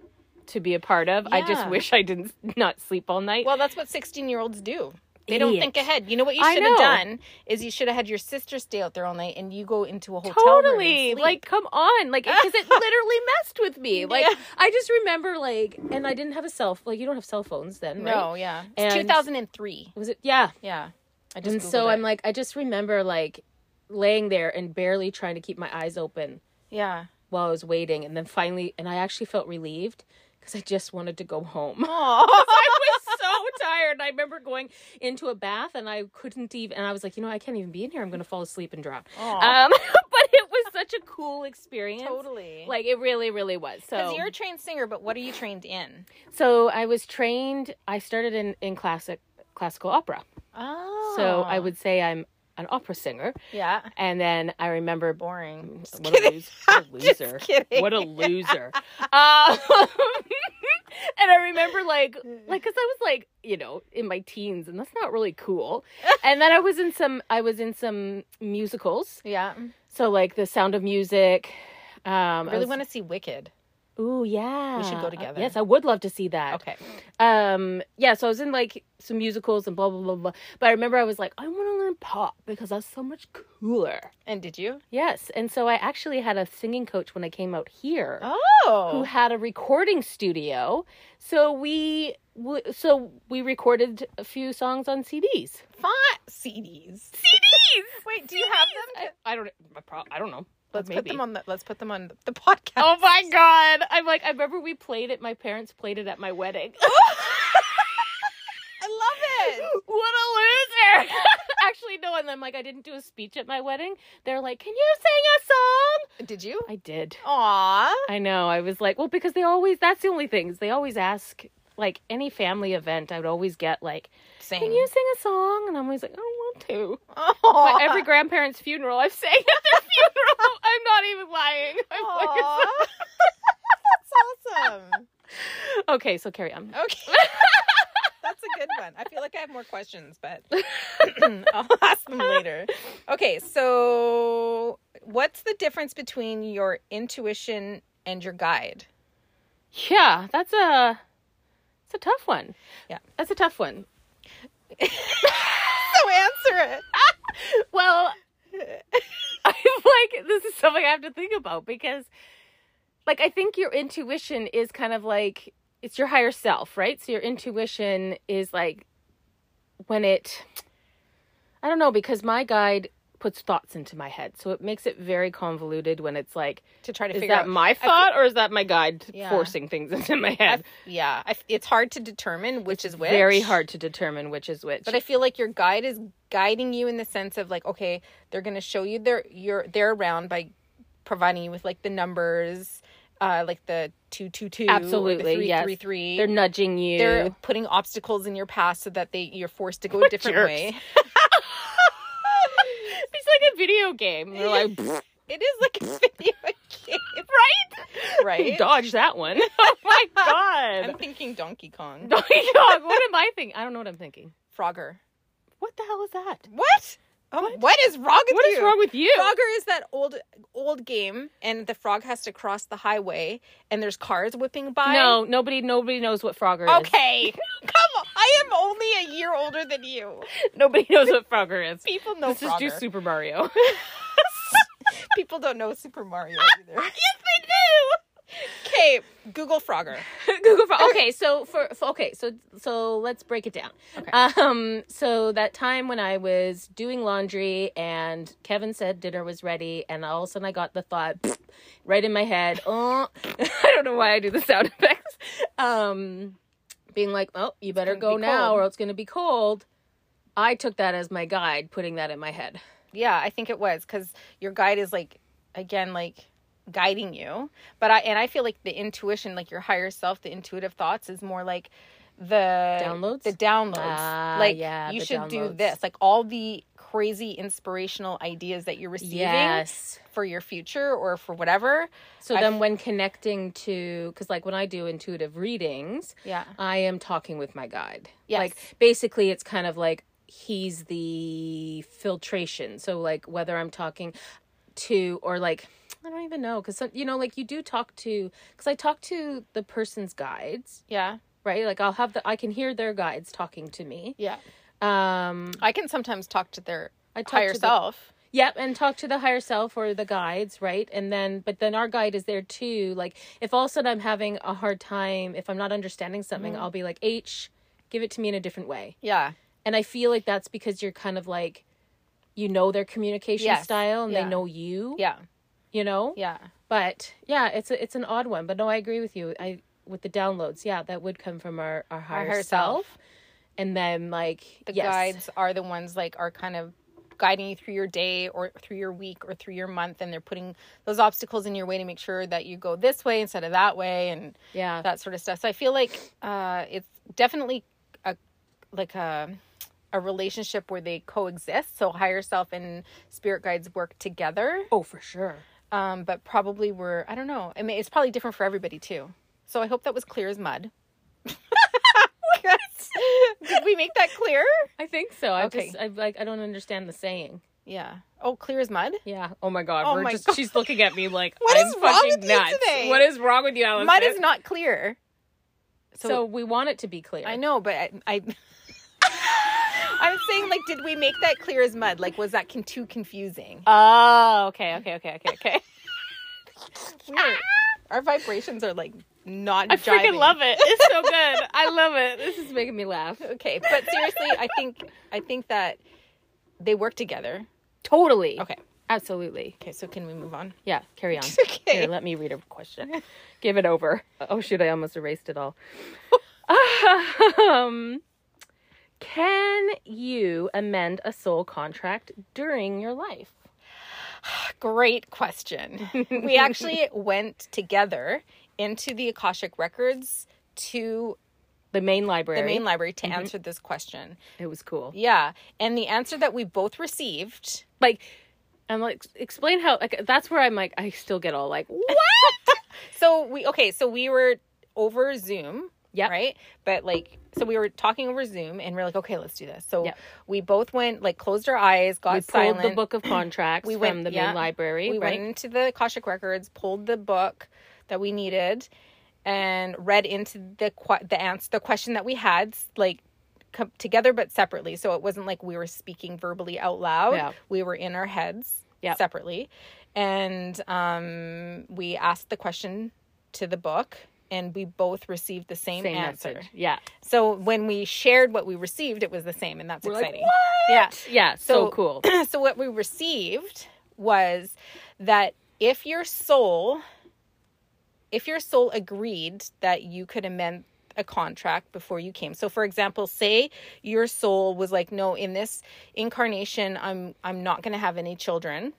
[SPEAKER 2] to be a part of. I just
[SPEAKER 1] Yeah.
[SPEAKER 2] wish I didn't not sleep all night.
[SPEAKER 1] Well, that's what 16 year olds do. They don't
[SPEAKER 2] Idiot.
[SPEAKER 1] think ahead. You know what you
[SPEAKER 2] I
[SPEAKER 1] should have
[SPEAKER 2] know.
[SPEAKER 1] done is you should have had your sister stay out there all night and you go into a hotel
[SPEAKER 2] totally.
[SPEAKER 1] room. sleep.
[SPEAKER 2] Like, come on. Like, because it literally messed with me. Like,
[SPEAKER 1] Yeah.
[SPEAKER 2] I just remember like, and I didn't have a cell. Like, you don't have cell phones then, right?
[SPEAKER 1] no, yeah. It's
[SPEAKER 2] And-
[SPEAKER 1] 2003.
[SPEAKER 2] Was it? Yeah.
[SPEAKER 1] Yeah. I just
[SPEAKER 2] And so
[SPEAKER 1] Googled
[SPEAKER 2] I'm
[SPEAKER 1] it.
[SPEAKER 2] like, I just remember like laying there and barely trying to keep my eyes open.
[SPEAKER 1] yeah.
[SPEAKER 2] while I was waiting, and then finally, and I actually felt relieved because I just wanted to go home.
[SPEAKER 1] Oh.
[SPEAKER 2] I was so tired. I remember going into a bath, and I couldn't even. And I was like, you know, I can't even be in here. I'm gonna fall asleep and drown.
[SPEAKER 1] Aw.
[SPEAKER 2] Um, but it was such a cool experience.
[SPEAKER 1] totally.
[SPEAKER 2] Like it really, really was.
[SPEAKER 1] Because
[SPEAKER 2] So,
[SPEAKER 1] you're a trained singer, but what are you trained in?
[SPEAKER 2] so I was trained. I started in in classic classical opera.
[SPEAKER 1] Oh.
[SPEAKER 2] So I would say I'm an opera singer.
[SPEAKER 1] Yeah.
[SPEAKER 2] And then I remember
[SPEAKER 1] Boring. Just
[SPEAKER 2] What a,
[SPEAKER 1] kidding.
[SPEAKER 2] loser. what a
[SPEAKER 1] Just
[SPEAKER 2] loser.
[SPEAKER 1] kidding.
[SPEAKER 2] What a loser. um, and I remember like like cuz I was like, you know, in my teens and that's not really cool. And then I was in some I was in some musicals.
[SPEAKER 1] Yeah.
[SPEAKER 2] So like The Sound of Music. Um
[SPEAKER 1] I really want to see Wicked.
[SPEAKER 2] to Ooh, yeah.
[SPEAKER 1] should go
[SPEAKER 2] Uh,
[SPEAKER 1] together.
[SPEAKER 2] yes, I would love to see that.
[SPEAKER 1] Okay.
[SPEAKER 2] Um yeah, so I was in like some musicals and blah blah blah blah. But I remember I was like, I want to learn pop because that's so much cooler.
[SPEAKER 1] And did you?
[SPEAKER 2] Yes, and so I actually had a singing coach when I came out here who
[SPEAKER 1] Oh.
[SPEAKER 2] had a recording studio. So we w- so we recorded a few songs on CDs.
[SPEAKER 1] Font CDs.
[SPEAKER 2] CDs.
[SPEAKER 1] Wait, do you have them?
[SPEAKER 2] I, I don't I prob- I don't know.
[SPEAKER 1] Let's put
[SPEAKER 2] Maybe.
[SPEAKER 1] them on the let's put them on the podcast.
[SPEAKER 2] Oh my god. I'm like I remember we played it my parents played it at my wedding.
[SPEAKER 1] Oh. I love it.
[SPEAKER 2] what a loser. Actually no, and I'm like I didn't do a speech at my wedding. They're like, "Can you sing a song?"
[SPEAKER 1] Did you?
[SPEAKER 2] I did.
[SPEAKER 1] Aw.
[SPEAKER 2] I know. I was like, well, because they always, that's the only thing, is they always ask, like, any family event, I would always get, like,
[SPEAKER 1] Same.
[SPEAKER 2] can you sing a song? And I'm always like, I don't want to.
[SPEAKER 1] Aw.
[SPEAKER 2] But every grandparent's funeral, I've sang at their funeral. I'm not even lying. I'm like-
[SPEAKER 1] Aw. That's awesome.
[SPEAKER 2] okay, so carry on.
[SPEAKER 1] Okay. That's a good one. I feel like I have more questions, but I'll ask them later. Okay, so what's the difference between your intuition and your guide?
[SPEAKER 2] Yeah, that's a, it's a tough one.
[SPEAKER 1] Yeah.
[SPEAKER 2] That's a tough one.
[SPEAKER 1] So answer it.
[SPEAKER 2] Well, I'm like, this is something I have to think about because, like, I think your intuition is kind of like it's your higher self, right? So your intuition is like when it, I don't know, because my guide puts thoughts into my head. So it makes it very convoluted when it's like,
[SPEAKER 1] to try to
[SPEAKER 2] is
[SPEAKER 1] figure
[SPEAKER 2] that
[SPEAKER 1] out
[SPEAKER 2] my thought or is that my guide
[SPEAKER 1] Yeah.
[SPEAKER 2] forcing things into my head?
[SPEAKER 1] yeah I, it's hard to determine which is which
[SPEAKER 2] Very hard to determine which is which.
[SPEAKER 1] but i feel like your guide is guiding you in the sense of like okay they're going to show you their your their round by providing you with like the numbers uh like the 222 or the
[SPEAKER 2] Absolutely, yes.
[SPEAKER 1] 333
[SPEAKER 2] they're nudging you.
[SPEAKER 1] they're putting obstacles in your path so that they you're forced to go a different
[SPEAKER 2] jerks.
[SPEAKER 1] way
[SPEAKER 2] it's like a video game. They're like, "Pfft,
[SPEAKER 1] it is like a video game
[SPEAKER 2] right?
[SPEAKER 1] right
[SPEAKER 2] Dodge that one. Oh my god.
[SPEAKER 1] i'm thinking donkey kong
[SPEAKER 2] Donkey Kong. What am I thinking? I don't know what I'm thinking.
[SPEAKER 1] frogger
[SPEAKER 2] What the hell is that?
[SPEAKER 1] what Oh, what is wrong with
[SPEAKER 2] What
[SPEAKER 1] you?
[SPEAKER 2] is wrong with you?
[SPEAKER 1] Frogger is that old old game, and the frog has to cross the highway, and there's cars whipping by.
[SPEAKER 2] No, nobody, nobody knows what Frogger is.
[SPEAKER 1] Okay. Come on. I am only a year older than you.
[SPEAKER 2] Nobody knows what Frogger is.
[SPEAKER 1] People know
[SPEAKER 2] Let's just do
[SPEAKER 1] Frogger.
[SPEAKER 2] Super Mario.
[SPEAKER 1] People don't know Super Mario either.
[SPEAKER 2] yes,
[SPEAKER 1] Okay, Google Frogger.
[SPEAKER 2] they do. Google Frog. Okay, so for, for okay, so so let's break it down.
[SPEAKER 1] Okay.
[SPEAKER 2] Um, so that time when I was doing laundry and Kevin said dinner was ready, and all of a sudden I got the thought "Pfft," right in my head. Oh, I don't know why I do the sound effects. Um, being like, oh, you better
[SPEAKER 1] gonna
[SPEAKER 2] go
[SPEAKER 1] be
[SPEAKER 2] now,
[SPEAKER 1] cold.
[SPEAKER 2] or it's gonna be cold. I took that as my guide, putting that in my head.
[SPEAKER 1] Yeah, I think it was because your guide is like, again, like guiding you. But I and I feel like the intuition, like your higher self, the intuitive thoughts, is more like the
[SPEAKER 2] Downloads?
[SPEAKER 1] the downloads.
[SPEAKER 2] Ah,
[SPEAKER 1] like
[SPEAKER 2] yeah,
[SPEAKER 1] you
[SPEAKER 2] the
[SPEAKER 1] should do
[SPEAKER 2] downloads.
[SPEAKER 1] this. Like all the crazy inspirational ideas that you're receiving for your future or for whatever.
[SPEAKER 2] So
[SPEAKER 1] I
[SPEAKER 2] then, when connecting to, because like when I do intuitive readings,
[SPEAKER 1] Yeah.
[SPEAKER 2] I am talking with my guide.
[SPEAKER 1] Yes.
[SPEAKER 2] Like basically, it's kind of like he's the filtration. So like whether I'm talking to or like I don't even know because you know like you do talk to because I talk to the person's guides,
[SPEAKER 1] Yeah.
[SPEAKER 2] right? Like I'll have the I can hear their guides talking to me.
[SPEAKER 1] Yeah.
[SPEAKER 2] Um,
[SPEAKER 1] I can sometimes talk to their
[SPEAKER 2] I talk
[SPEAKER 1] higher
[SPEAKER 2] to the-
[SPEAKER 1] self.
[SPEAKER 2] Yep, and talk to the higher self or the guides, right? And then, but then our guide is there too. Like, if all of a sudden I'm having a hard time, if I'm not understanding something,
[SPEAKER 1] Mm-hmm.
[SPEAKER 2] I'll be like, H, give it to me in a different way.
[SPEAKER 1] yeah.
[SPEAKER 2] And I feel like that's because you're kind of like, you know their communication
[SPEAKER 1] Yes,
[SPEAKER 2] style and
[SPEAKER 1] yeah.
[SPEAKER 2] they know you,
[SPEAKER 1] Yeah.
[SPEAKER 2] you know?
[SPEAKER 1] Yeah.
[SPEAKER 2] But yeah, it's a, it's an odd one. But no, I agree with you. I with the downloads, yeah, that would come from our our higher,
[SPEAKER 1] higher
[SPEAKER 2] self.
[SPEAKER 1] self.
[SPEAKER 2] And then like
[SPEAKER 1] the
[SPEAKER 2] yes.
[SPEAKER 1] guides are the ones like are kind of guiding you through your day or through your week or through your month and they're putting those obstacles in your way to make sure that you go this way instead of that way and
[SPEAKER 2] Yeah.
[SPEAKER 1] that sort of stuff so i feel like uh it's definitely a like a a relationship where they coexist so higher self and spirit guides work together
[SPEAKER 2] oh, for sure.
[SPEAKER 1] um but probably we're i don't know i mean it's probably different for everybody too so i hope that was clear as mud did we make that clear
[SPEAKER 2] I think so. I
[SPEAKER 1] Okay.
[SPEAKER 2] just I like I don't understand the saying.
[SPEAKER 1] yeah oh clear as mud
[SPEAKER 2] Yeah. Oh my god.
[SPEAKER 1] Oh
[SPEAKER 2] We're
[SPEAKER 1] my
[SPEAKER 2] just
[SPEAKER 1] God.
[SPEAKER 2] she's looking at me like
[SPEAKER 1] What
[SPEAKER 2] I'm
[SPEAKER 1] is wrong
[SPEAKER 2] fucking
[SPEAKER 1] with you
[SPEAKER 2] nuts.
[SPEAKER 1] today?
[SPEAKER 2] What is wrong with you, Allison?
[SPEAKER 1] Mud is not clear.
[SPEAKER 2] so, we want it to be clear.
[SPEAKER 1] I know, but I, I I'm saying like, did we make that clear as mud? Like, was that con- too confusing?
[SPEAKER 2] Oh, okay, okay, okay, okay, okay.
[SPEAKER 1] We are- our vibrations are like not.
[SPEAKER 2] Ah! I freaking love it. It's so good. I love it. This is making me laugh.
[SPEAKER 1] Okay, but seriously, I think I think that they work together.
[SPEAKER 2] Totally.
[SPEAKER 1] Okay.
[SPEAKER 2] Absolutely.
[SPEAKER 1] Okay, so can we move on?
[SPEAKER 2] Yeah, carry on.
[SPEAKER 1] Okay.
[SPEAKER 2] Here, let me read a question. Give it over. Oh shoot, I almost erased it all. um, can you amend a soul contract during your life?
[SPEAKER 1] Great question. we actually went together into the Akashic records to
[SPEAKER 2] The main library.
[SPEAKER 1] the main library to
[SPEAKER 2] Mm-hmm.
[SPEAKER 1] answer this question.
[SPEAKER 2] It was cool.
[SPEAKER 1] Yeah, and the answer that we both received
[SPEAKER 2] Like, I'm like, explain how. Like, that's where I'm like, I still get all like, what?
[SPEAKER 1] So we okay, so we were over Zoom.
[SPEAKER 2] Yep.
[SPEAKER 1] Right? But like so we were talking over Zoom and we're like, okay, let's do this. So
[SPEAKER 2] Yep.
[SPEAKER 1] we both went like closed our eyes, got
[SPEAKER 2] we pulled
[SPEAKER 1] silent.
[SPEAKER 2] the book of contracts
[SPEAKER 1] We
[SPEAKER 2] from
[SPEAKER 1] went-
[SPEAKER 2] the
[SPEAKER 1] yeah.
[SPEAKER 2] main library,
[SPEAKER 1] we
[SPEAKER 2] right?
[SPEAKER 1] went into the Akashic Records, pulled the book that we needed and read into the que- the answer the question that we had like co- together but separately. So it wasn't like we were speaking verbally out loud.
[SPEAKER 2] Yeah.
[SPEAKER 1] We were in our heads
[SPEAKER 2] Yep.
[SPEAKER 1] separately. And um we asked the question to the book and we both received the same,
[SPEAKER 2] Same
[SPEAKER 1] answer.
[SPEAKER 2] message. Yeah.
[SPEAKER 1] So when we shared what we received, it was the same, and that's
[SPEAKER 2] We're like,
[SPEAKER 1] exciting. Yeah.
[SPEAKER 2] Yeah. So, cool.
[SPEAKER 1] so what we received was that if your soul, if your soul agreed that you could amend a contract before you came. So for example, say your soul was like, "No, in this incarnation, I'm I'm not going to have any children."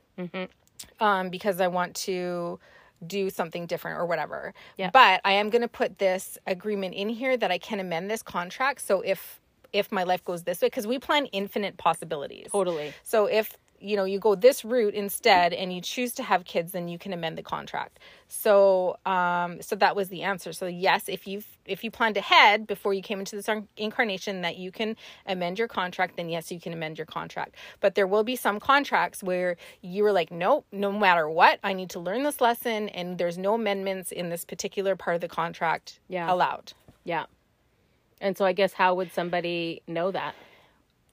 [SPEAKER 1] um, because I want to do something different or whatever.
[SPEAKER 2] Yep.
[SPEAKER 1] But I am going to put this agreement in here that I can amend this contract. So if if my life goes this way, because we plan infinite possibilities.
[SPEAKER 2] Totally.
[SPEAKER 1] So if you know you go this route instead and you choose to have kids then you can amend the contract so um so that was the answer so yes if you've if you planned ahead before you came into this inc- incarnation that you can amend your contract then yes you can amend your contract but there will be some contracts where you were like nope no matter what i need to learn this lesson and there's no amendments in this particular part of the contract
[SPEAKER 2] Yeah.
[SPEAKER 1] allowed
[SPEAKER 2] Yeah. And so I guess how would somebody know that?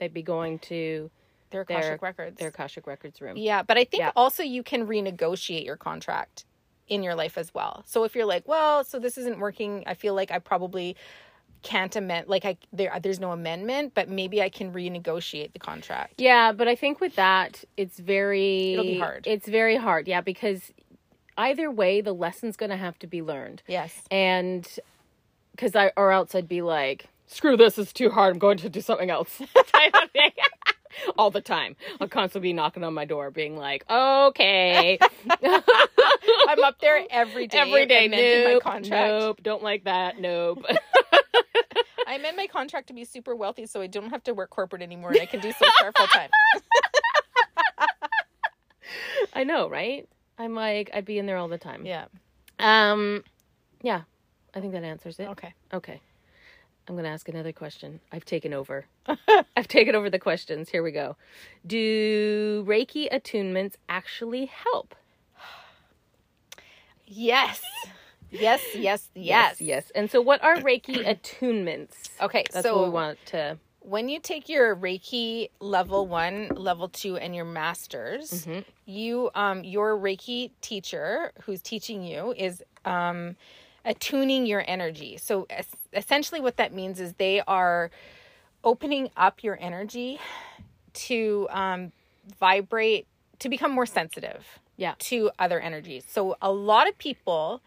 [SPEAKER 2] They'd be going to
[SPEAKER 1] their
[SPEAKER 2] their
[SPEAKER 1] contract records
[SPEAKER 2] their Akashic Records room.
[SPEAKER 1] Yeah, but I think
[SPEAKER 2] Yeah.
[SPEAKER 1] also you can renegotiate your contract in your life as well. So if you're like, well, so this isn't working, I feel like I probably can't amend like I there there's no amendment, but maybe I can renegotiate the contract.
[SPEAKER 2] Yeah, but I think with that, it's very
[SPEAKER 1] It'll be hard.
[SPEAKER 2] It's very hard, yeah, because either way, the lesson's going to have to be learned,
[SPEAKER 1] Yes.
[SPEAKER 2] and because I or else I'd be like, screw this, it's too hard. I'm going to do something else. Type of thing. All the time, I'll constantly be knocking on my door, being like, "Okay,
[SPEAKER 1] I'm up there every day.
[SPEAKER 2] every day,
[SPEAKER 1] amending
[SPEAKER 2] nope,
[SPEAKER 1] my contract.
[SPEAKER 2] nope, don't like that, nope."
[SPEAKER 1] I amend my contract to be super wealthy so I don't have to work corporate anymore and I can do so far full time.
[SPEAKER 2] I know, right? I'm like, I'd be in there all the time.
[SPEAKER 1] Yeah.
[SPEAKER 2] Um, yeah, I think that answers it.
[SPEAKER 1] Okay.
[SPEAKER 2] Okay. I'm going to ask another question. I've taken over. I've taken over the questions. Here we go. Do Reiki attunements actually help?
[SPEAKER 1] Yes. Yes, yes, yes.
[SPEAKER 2] Yes. And so, what are Reiki attunements?
[SPEAKER 1] Okay,
[SPEAKER 2] That's
[SPEAKER 1] so
[SPEAKER 2] what we want to.
[SPEAKER 1] when you take your Reiki level one, level two, and your masters, you um your Reiki teacher who's teaching you is um attuning your energy. So es- essentially, what that means is they are opening up your energy to um vibrate to become more sensitive
[SPEAKER 2] Yeah.
[SPEAKER 1] to other energies. So a lot of people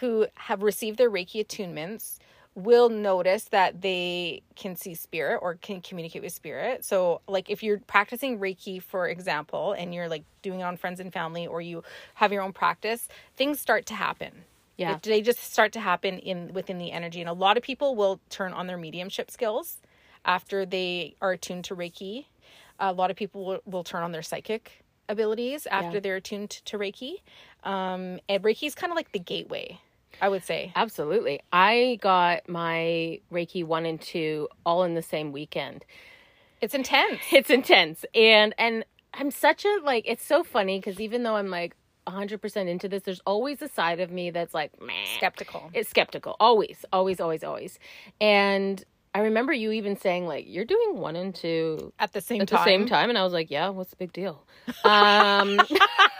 [SPEAKER 1] who have received their Reiki attunements will notice that they can see spirit or can communicate with spirit. So like if you're practicing Reiki for example and you're like doing it on friends and family or you have your own practice, things start to happen.
[SPEAKER 2] Yeah.
[SPEAKER 1] They- They just start to happen in within the energy and a lot of people will turn on their mediumship skills after they are attuned to Reiki. A lot of people will, will turn on their psychic abilities after
[SPEAKER 2] Yeah.
[SPEAKER 1] they're attuned to Reiki. Um, and Reiki is kind of like the gateway, I would say.
[SPEAKER 2] Absolutely. I got my Reiki 1 and 2 all in the same weekend.
[SPEAKER 1] It's intense.
[SPEAKER 2] it's intense and and i'm such a like it's so funny because even though i'm like 100% into this there's always a side of me that's like meh.
[SPEAKER 1] Skeptical.
[SPEAKER 2] it's skeptical always always always always and i remember you even saying like you're doing one and two
[SPEAKER 1] At the same
[SPEAKER 2] at
[SPEAKER 1] time.
[SPEAKER 2] the same time and i was like yeah what's the big deal um
[SPEAKER 1] Ah!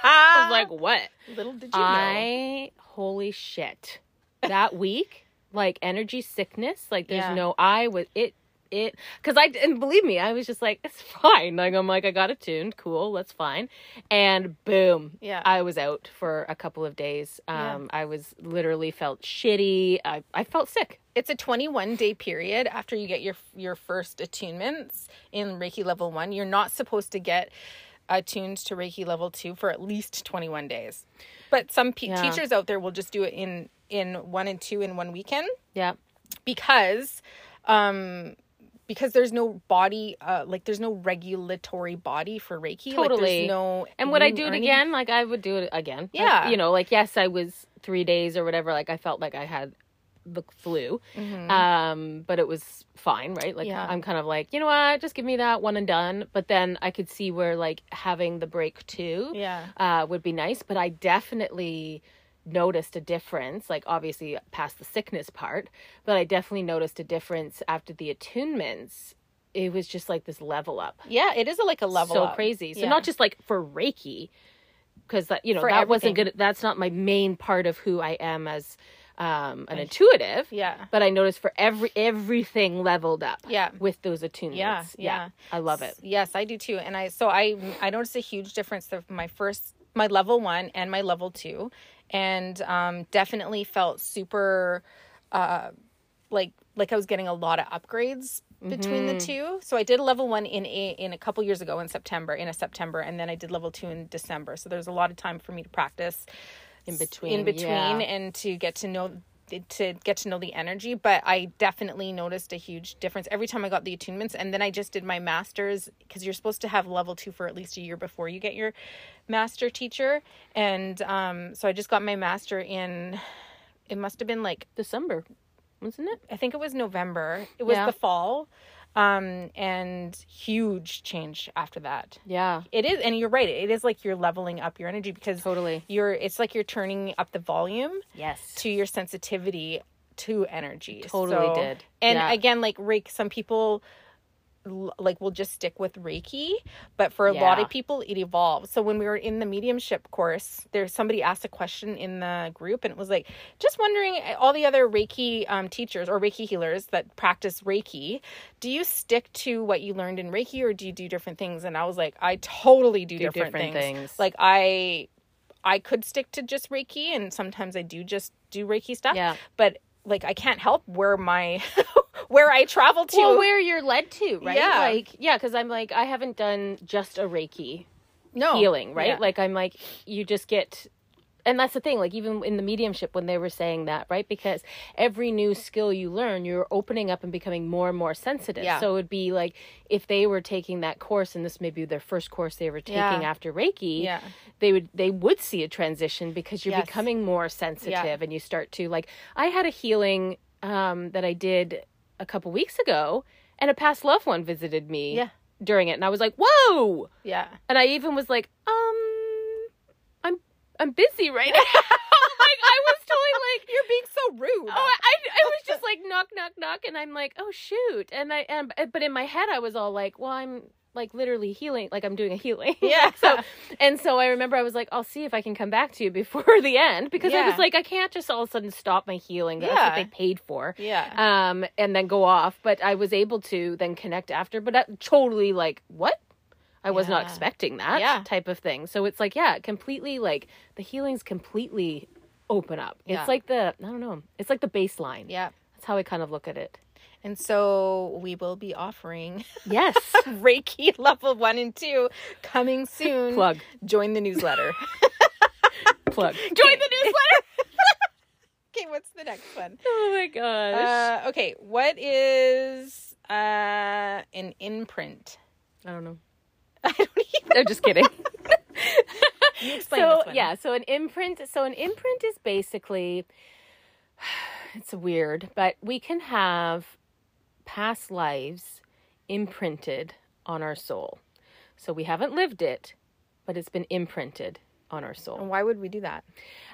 [SPEAKER 2] i was like what
[SPEAKER 1] Little did you know.
[SPEAKER 2] I holy shit. That week, like energy sickness, like there's
[SPEAKER 1] Yeah.
[SPEAKER 2] no I was it it cuz I and believe me, I was just like it's fine. Like I'm like I got it tuned, cool, that's fine. And boom.
[SPEAKER 1] Yeah.
[SPEAKER 2] I was out for a couple of days.
[SPEAKER 1] Yeah.
[SPEAKER 2] Um I was literally felt shitty. I I felt sick.
[SPEAKER 1] It's a 21 day period after you get your your first attunements in Reiki level 1. You're not supposed to get attuned to Reiki level 2 for at least 21 days. But some pe-
[SPEAKER 2] Yeah.
[SPEAKER 1] teachers out there will just do it in in 1 and 2 in one weekend.
[SPEAKER 2] Yeah.
[SPEAKER 1] because um because there's no body uh like there's no regulatory body for reiki like
[SPEAKER 2] Totally.
[SPEAKER 1] there's no
[SPEAKER 2] And would I
[SPEAKER 1] room
[SPEAKER 2] do
[SPEAKER 1] or
[SPEAKER 2] it
[SPEAKER 1] anything.
[SPEAKER 2] again? Like I would do it again. Like,
[SPEAKER 1] Yeah.
[SPEAKER 2] you know, like yes, I was three days or whatever. Like I felt like I had the flu, um, but it was fine, right? Like
[SPEAKER 1] Mm-hmm. Yeah.
[SPEAKER 2] I'm kind of like, you know what? Just give me that one and done. But then I could see where like having the break too,
[SPEAKER 1] Yeah.
[SPEAKER 2] uh, would be nice. But I definitely noticed a difference like obviously past the sickness part but i definitely noticed a difference after the attunements it was just like this level up
[SPEAKER 1] yeah it is a, like a level
[SPEAKER 2] so
[SPEAKER 1] up.
[SPEAKER 2] crazy. So
[SPEAKER 1] Yeah.
[SPEAKER 2] not just like for Reiki, because that you know
[SPEAKER 1] For
[SPEAKER 2] that wasn't
[SPEAKER 1] everything.
[SPEAKER 2] good. That's not my main part of who I am as um, an intuitive.
[SPEAKER 1] Yeah.
[SPEAKER 2] But I noticed for every everything leveled up.
[SPEAKER 1] Yeah.
[SPEAKER 2] With those attunements.
[SPEAKER 1] Yeah, yeah.
[SPEAKER 2] I love it.
[SPEAKER 1] Yes, I do too. And I so I I noticed a huge difference of my first my level one and my level two, and um, definitely felt super uh, like like I was getting a lot of upgrades between the
[SPEAKER 2] Mm-hmm.
[SPEAKER 1] two. So I did level one in a, in a couple years ago in September in a September, and then I did level two in December. So there's a lot of time for me to practice
[SPEAKER 2] In between.
[SPEAKER 1] in between
[SPEAKER 2] yeah.
[SPEAKER 1] and to get to know to get to know the energy but i definitely noticed a huge difference every time i got the attunements and then i just did my masters because you're supposed to have level two for at least a year before you get your master teacher and um, so i just got my master in it must have been like
[SPEAKER 2] December, wasn't it?
[SPEAKER 1] I think it was November. It was
[SPEAKER 2] Yeah.
[SPEAKER 1] the fall. Um, and huge change after that.
[SPEAKER 2] Yeah.
[SPEAKER 1] It is, and you're right. It is like you're leveling up your energy because
[SPEAKER 2] Totally.
[SPEAKER 1] you're. It's like you're turning up the volume
[SPEAKER 2] Yes.
[SPEAKER 1] to your sensitivity to energy.
[SPEAKER 2] Totally did.
[SPEAKER 1] And
[SPEAKER 2] Yeah.
[SPEAKER 1] again, like Reiki, some people l- like will just stick with Reiki, but for a lot
[SPEAKER 2] Yeah.
[SPEAKER 1] of people, it evolves. So when we were in the mediumship course, there's somebody asked a question in the group, and it was like, just wondering, eh, all the other Reiki um, teachers or Reiki healers that practice Reiki, do you stick to what you learned in Reiki, or do you do different things? And I was like, I totally do, different,
[SPEAKER 2] different
[SPEAKER 1] things.
[SPEAKER 2] things.
[SPEAKER 1] Like I I could stick to just Reiki, and sometimes I do just do Reiki stuff.
[SPEAKER 2] Yeah.
[SPEAKER 1] But like, I can't help where my where I travel to.
[SPEAKER 2] well, where you're led to, right?
[SPEAKER 1] Yeah.
[SPEAKER 2] Like, yeah, because I'm like, I haven't done just a Reiki
[SPEAKER 1] no
[SPEAKER 2] healing, right?
[SPEAKER 1] Yeah.
[SPEAKER 2] Like I'm like you just get and that's the thing, like even in the mediumship when they were saying that, right? Because every new skill you learn, you're opening up and becoming more and more sensitive.
[SPEAKER 1] Yeah.
[SPEAKER 2] So it would be like if they were taking that course and this may be their first course they were taking
[SPEAKER 1] Yeah.
[SPEAKER 2] after Reiki,
[SPEAKER 1] Yeah.
[SPEAKER 2] they would they would see a transition because you're
[SPEAKER 1] Yes.
[SPEAKER 2] becoming more sensitive and you start to like I had a healing um that I did a couple weeks ago and a past loved one visited me
[SPEAKER 1] Yeah.
[SPEAKER 2] during it and I was like, Whoa,
[SPEAKER 1] yeah,
[SPEAKER 2] and I even was like, um, I'm I'm busy right now. like I was totally like,
[SPEAKER 1] you're being so rude.
[SPEAKER 2] oh, I I was just like knock knock knock, and I'm like, oh shoot, and I and but in my head I was all like, well I'm like literally healing, like I'm doing a healing.
[SPEAKER 1] yeah.
[SPEAKER 2] So and so I remember I was like, I'll see if I can come back to you before the end because I
[SPEAKER 1] Yeah.
[SPEAKER 2] was like, I can't just all of a sudden stop my healing. That's
[SPEAKER 1] Yeah.
[SPEAKER 2] what they paid for
[SPEAKER 1] yeah,
[SPEAKER 2] um and then go off but i was able to then connect after but that totally like what i was not
[SPEAKER 1] Yeah.
[SPEAKER 2] expecting that
[SPEAKER 1] Yeah.
[SPEAKER 2] type of thing so it's like yeah completely like the healings completely open up
[SPEAKER 1] Yeah.
[SPEAKER 2] it's like the i don't know it's like the baseline
[SPEAKER 1] yeah.
[SPEAKER 2] that's how i kind of look at it
[SPEAKER 1] And so we will be offering
[SPEAKER 2] yes
[SPEAKER 1] Reiki level one and two coming soon.
[SPEAKER 2] plug
[SPEAKER 1] Join the newsletter.
[SPEAKER 2] plug join
[SPEAKER 1] newsletter. okay, what's the next one?
[SPEAKER 2] oh my gosh
[SPEAKER 1] Uh, okay, what is uh, an imprint?
[SPEAKER 2] i don't know
[SPEAKER 1] I don't even
[SPEAKER 2] i'm just kidding
[SPEAKER 1] you explain
[SPEAKER 2] so
[SPEAKER 1] this one.
[SPEAKER 2] yeah so an imprint so an imprint is basically it's weird but we can have past lives imprinted on our soul so we haven't lived it but it's been imprinted on our soul
[SPEAKER 1] And why would we do that?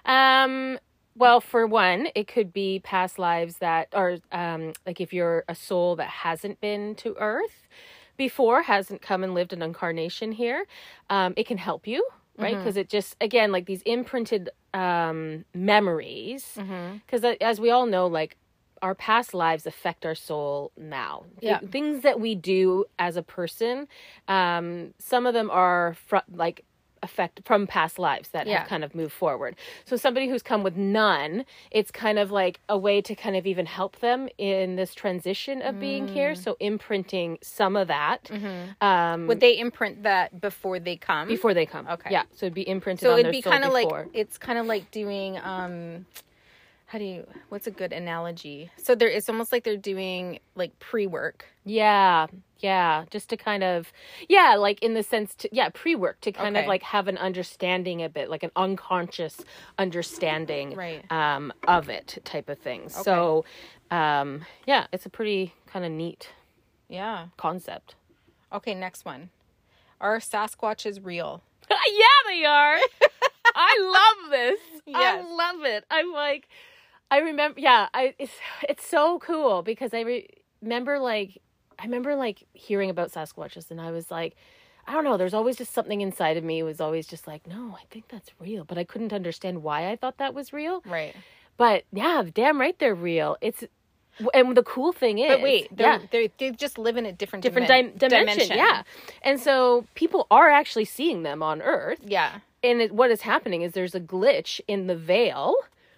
[SPEAKER 2] um, well, for one, it could be past lives that are um, like if you're a soul that hasn't been to Earth before, hasn't come and lived an incarnation here, um, it can help you, right? Because it just again like these imprinted um, memories.
[SPEAKER 1] Mm-hmm.
[SPEAKER 2] Because as we all know, like our past lives affect our soul now. Th-
[SPEAKER 1] Yeah.
[SPEAKER 2] things that we do as a person, um, some of them are fr- like affect from past lives that
[SPEAKER 1] Yeah.
[SPEAKER 2] have kind of moved forward. So somebody who's come with none, it's kind of like a way to kind of even help them in this transition of being
[SPEAKER 1] Mm.
[SPEAKER 2] here. So imprinting some of that
[SPEAKER 1] Mm-hmm.
[SPEAKER 2] um,
[SPEAKER 1] Would they imprint that before they come?
[SPEAKER 2] before they come.
[SPEAKER 1] Okay.
[SPEAKER 2] Yeah. So it'd be imprinted.
[SPEAKER 1] so
[SPEAKER 2] on
[SPEAKER 1] it'd
[SPEAKER 2] their
[SPEAKER 1] be
[SPEAKER 2] soul
[SPEAKER 1] kind of like
[SPEAKER 2] before.
[SPEAKER 1] it's kind of like doing um how do you what's a good analogy? So there it's almost like they're doing like pre-work.
[SPEAKER 2] Yeah, yeah, just to kind of, yeah, like in the sense to, yeah, pre work to kind
[SPEAKER 1] Okay.
[SPEAKER 2] of like have an understanding a bit, like an unconscious understanding
[SPEAKER 1] Right.
[SPEAKER 2] um, of it type of thing. So, um, yeah, it's a pretty kind of neat
[SPEAKER 1] Yeah.
[SPEAKER 2] concept.
[SPEAKER 1] Okay, next one. Are Sasquatches real?
[SPEAKER 2] yeah, they are. I love this.
[SPEAKER 1] Yes.
[SPEAKER 2] I love it. I'm like, I remember. Yeah, I it's it's so cool because I re- remember like I remember like hearing about Sasquatches and I was like, I don't know. There's always just something inside of me was always just like, no, I think that's real, but I couldn't understand why I thought that was real.
[SPEAKER 1] Right.
[SPEAKER 2] But yeah, damn right they're real. It's and the cool thing is,
[SPEAKER 1] But wait, they're,
[SPEAKER 2] yeah,
[SPEAKER 1] they're, they just live in a different
[SPEAKER 2] different
[SPEAKER 1] dimen-
[SPEAKER 2] dim- dimension, yeah. And so people are actually seeing them on Earth.
[SPEAKER 1] yeah,
[SPEAKER 2] and it, what is happening is there's a glitch in the veil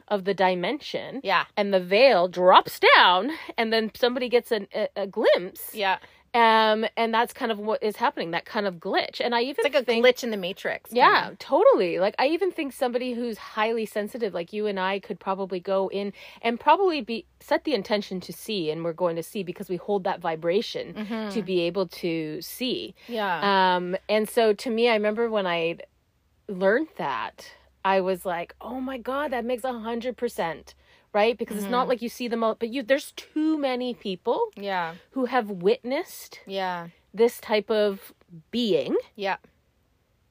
[SPEAKER 2] of the dimension
[SPEAKER 1] yeah,
[SPEAKER 2] and the veil drops down and then somebody gets an, a, a glimpse
[SPEAKER 1] yeah.
[SPEAKER 2] um and that's kind of what is happening that kind of glitch and i even
[SPEAKER 1] It's like a
[SPEAKER 2] think
[SPEAKER 1] glitch in the matrix. kinda.
[SPEAKER 2] yeah totally like i even think somebody who's highly sensitive like you and i could probably go in and probably be set the intention to see and we're going to see because we hold that vibration
[SPEAKER 1] Mm-hmm.
[SPEAKER 2] to be able to see
[SPEAKER 1] yeah,
[SPEAKER 2] um, and so to me, I remember when I learned that, I was like, oh my God, that makes a hundred percent. Right? Because it's
[SPEAKER 1] Mm-hmm.
[SPEAKER 2] not like you see them all, but you, there's too many people
[SPEAKER 1] yeah,
[SPEAKER 2] who have witnessed
[SPEAKER 1] yeah,
[SPEAKER 2] this type of being
[SPEAKER 1] yeah,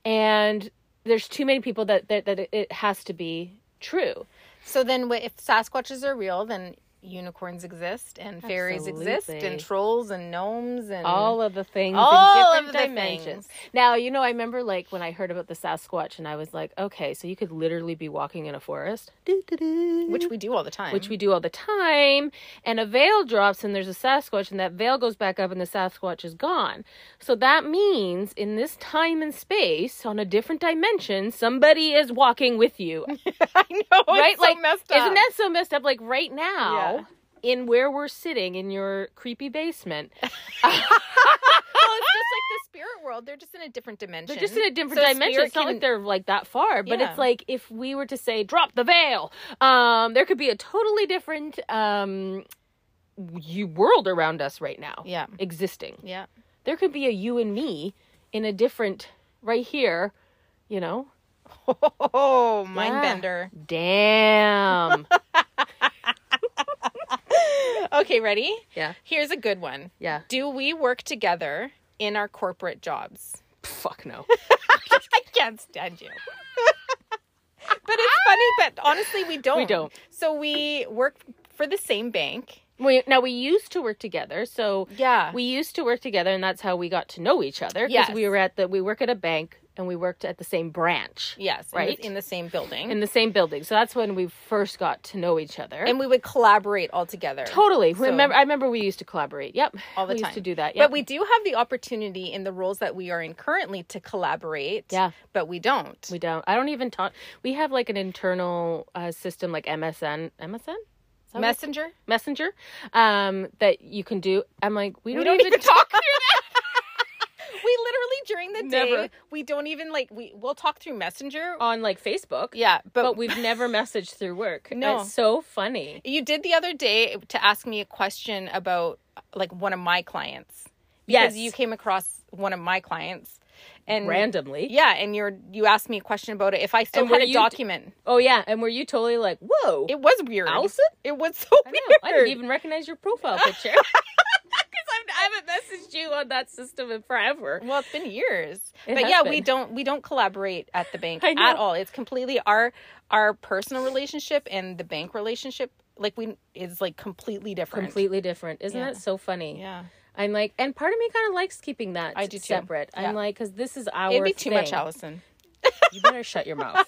[SPEAKER 2] and there's too many people that, that, that it has to be true.
[SPEAKER 1] So then, wh- if Sasquatches are real, then unicorns exist, and fairies exist,
[SPEAKER 2] Absolutely.
[SPEAKER 1] and trolls and gnomes and
[SPEAKER 2] all of the things
[SPEAKER 1] Mm-hmm. All
[SPEAKER 2] in
[SPEAKER 1] of
[SPEAKER 2] different
[SPEAKER 1] the
[SPEAKER 2] dimensions.
[SPEAKER 1] things.
[SPEAKER 2] Now, you know, I remember like when I heard about the Sasquatch and I was like, okay, so you could literally be walking in a forest.
[SPEAKER 1] which we do all the time.
[SPEAKER 2] which we do all the time, and a veil drops and there's a Sasquatch, and that veil goes back up and the Sasquatch is gone. So that means in this time and space, on a different dimension, somebody is walking with you.
[SPEAKER 1] I know, right?
[SPEAKER 2] Right?
[SPEAKER 1] It's
[SPEAKER 2] like
[SPEAKER 1] so messed up.
[SPEAKER 2] Isn't that so messed up? Like right now, in where we're sitting in your creepy basement,
[SPEAKER 1] well, it's just like the spirit world. They're just in a different dimension.
[SPEAKER 2] they're just in a different
[SPEAKER 1] So
[SPEAKER 2] dimension.
[SPEAKER 1] spirit
[SPEAKER 2] It's not
[SPEAKER 1] can-
[SPEAKER 2] like they're like that far, but
[SPEAKER 1] Yeah.
[SPEAKER 2] it's like if we were to say drop the veil, um, there could be a totally different um, you world around us right now.
[SPEAKER 1] Yeah,
[SPEAKER 2] existing.
[SPEAKER 1] yeah,
[SPEAKER 2] There could be a you and me in a different right here, you know.
[SPEAKER 1] oh, mind bender.
[SPEAKER 2] Damn.
[SPEAKER 1] Okay, ready?
[SPEAKER 2] yeah.
[SPEAKER 1] Here's a good one.
[SPEAKER 2] Yeah.
[SPEAKER 1] Do we work together in our corporate jobs?
[SPEAKER 2] Fuck no.
[SPEAKER 1] I can't stand you. but it's funny, but honestly, we don't.
[SPEAKER 2] Ah! We don't.
[SPEAKER 1] So we work for the same bank.
[SPEAKER 2] we, now we used to work together, so
[SPEAKER 1] Yeah.
[SPEAKER 2] we used to work together, and that's how we got to know each other.
[SPEAKER 1] Yes.
[SPEAKER 2] we were at the we work at a bank, and we worked at the same branch
[SPEAKER 1] yes, in the-
[SPEAKER 2] Right.
[SPEAKER 1] in the same building.
[SPEAKER 2] in the same building. So that's when we first got to know each other.
[SPEAKER 1] and we would collaborate all together.
[SPEAKER 2] totally.
[SPEAKER 1] So-
[SPEAKER 2] remember, I remember we used to collaborate. Yep.
[SPEAKER 1] All the
[SPEAKER 2] we
[SPEAKER 1] time.
[SPEAKER 2] used to do that. Yep.
[SPEAKER 1] But we do have the opportunity in the roles that we are in currently to collaborate.
[SPEAKER 2] Yeah.
[SPEAKER 1] But we don't.
[SPEAKER 2] We don't. I don't even talk. We have like an internal uh, system, like MSN, MSN, Is that what it's-
[SPEAKER 1] Messenger?
[SPEAKER 2] Messenger, um, that you can do. I'm like, we don't,
[SPEAKER 1] We don't
[SPEAKER 2] even,
[SPEAKER 1] even
[SPEAKER 2] talk.
[SPEAKER 1] We literally during the day
[SPEAKER 2] Never.
[SPEAKER 1] we don't even like we we'll talk through Messenger.
[SPEAKER 2] on like Facebook.
[SPEAKER 1] yeah, but,
[SPEAKER 2] but we've never messaged through work.
[SPEAKER 1] No.
[SPEAKER 2] it's so funny.
[SPEAKER 1] You did the other day to ask me a question about like one of my clients.
[SPEAKER 2] Yes.
[SPEAKER 1] Because you came across one of my clients and
[SPEAKER 2] Randomly.
[SPEAKER 1] Yeah, and you're you asked me a question about it if I still
[SPEAKER 2] And were
[SPEAKER 1] had a
[SPEAKER 2] you-
[SPEAKER 1] document.
[SPEAKER 2] Oh yeah, and were you totally like, whoa?
[SPEAKER 1] It was weird.
[SPEAKER 2] Allison?
[SPEAKER 1] It was so
[SPEAKER 2] I,
[SPEAKER 1] weird.
[SPEAKER 2] know, I didn't even recognize your profile picture. 'Cause I've- I haven't messaged you on that system in forever.
[SPEAKER 1] Well, it's been years.
[SPEAKER 2] It
[SPEAKER 1] but
[SPEAKER 2] has
[SPEAKER 1] yeah, we
[SPEAKER 2] been.
[SPEAKER 1] don't we don't collaborate at the bank
[SPEAKER 2] I know.
[SPEAKER 1] at all. It's completely our our personal relationship and the bank relationship like we is like completely different.
[SPEAKER 2] Completely different, isn't
[SPEAKER 1] Yeah.
[SPEAKER 2] that so funny?
[SPEAKER 1] Yeah.
[SPEAKER 2] I'm like, and part of me kind of likes keeping that
[SPEAKER 1] I do too.
[SPEAKER 2] separate.
[SPEAKER 1] Yeah.
[SPEAKER 2] I'm like, because this is our.
[SPEAKER 1] It'd be too much,
[SPEAKER 2] thing.
[SPEAKER 1] Allison.
[SPEAKER 2] You better shut your mouth.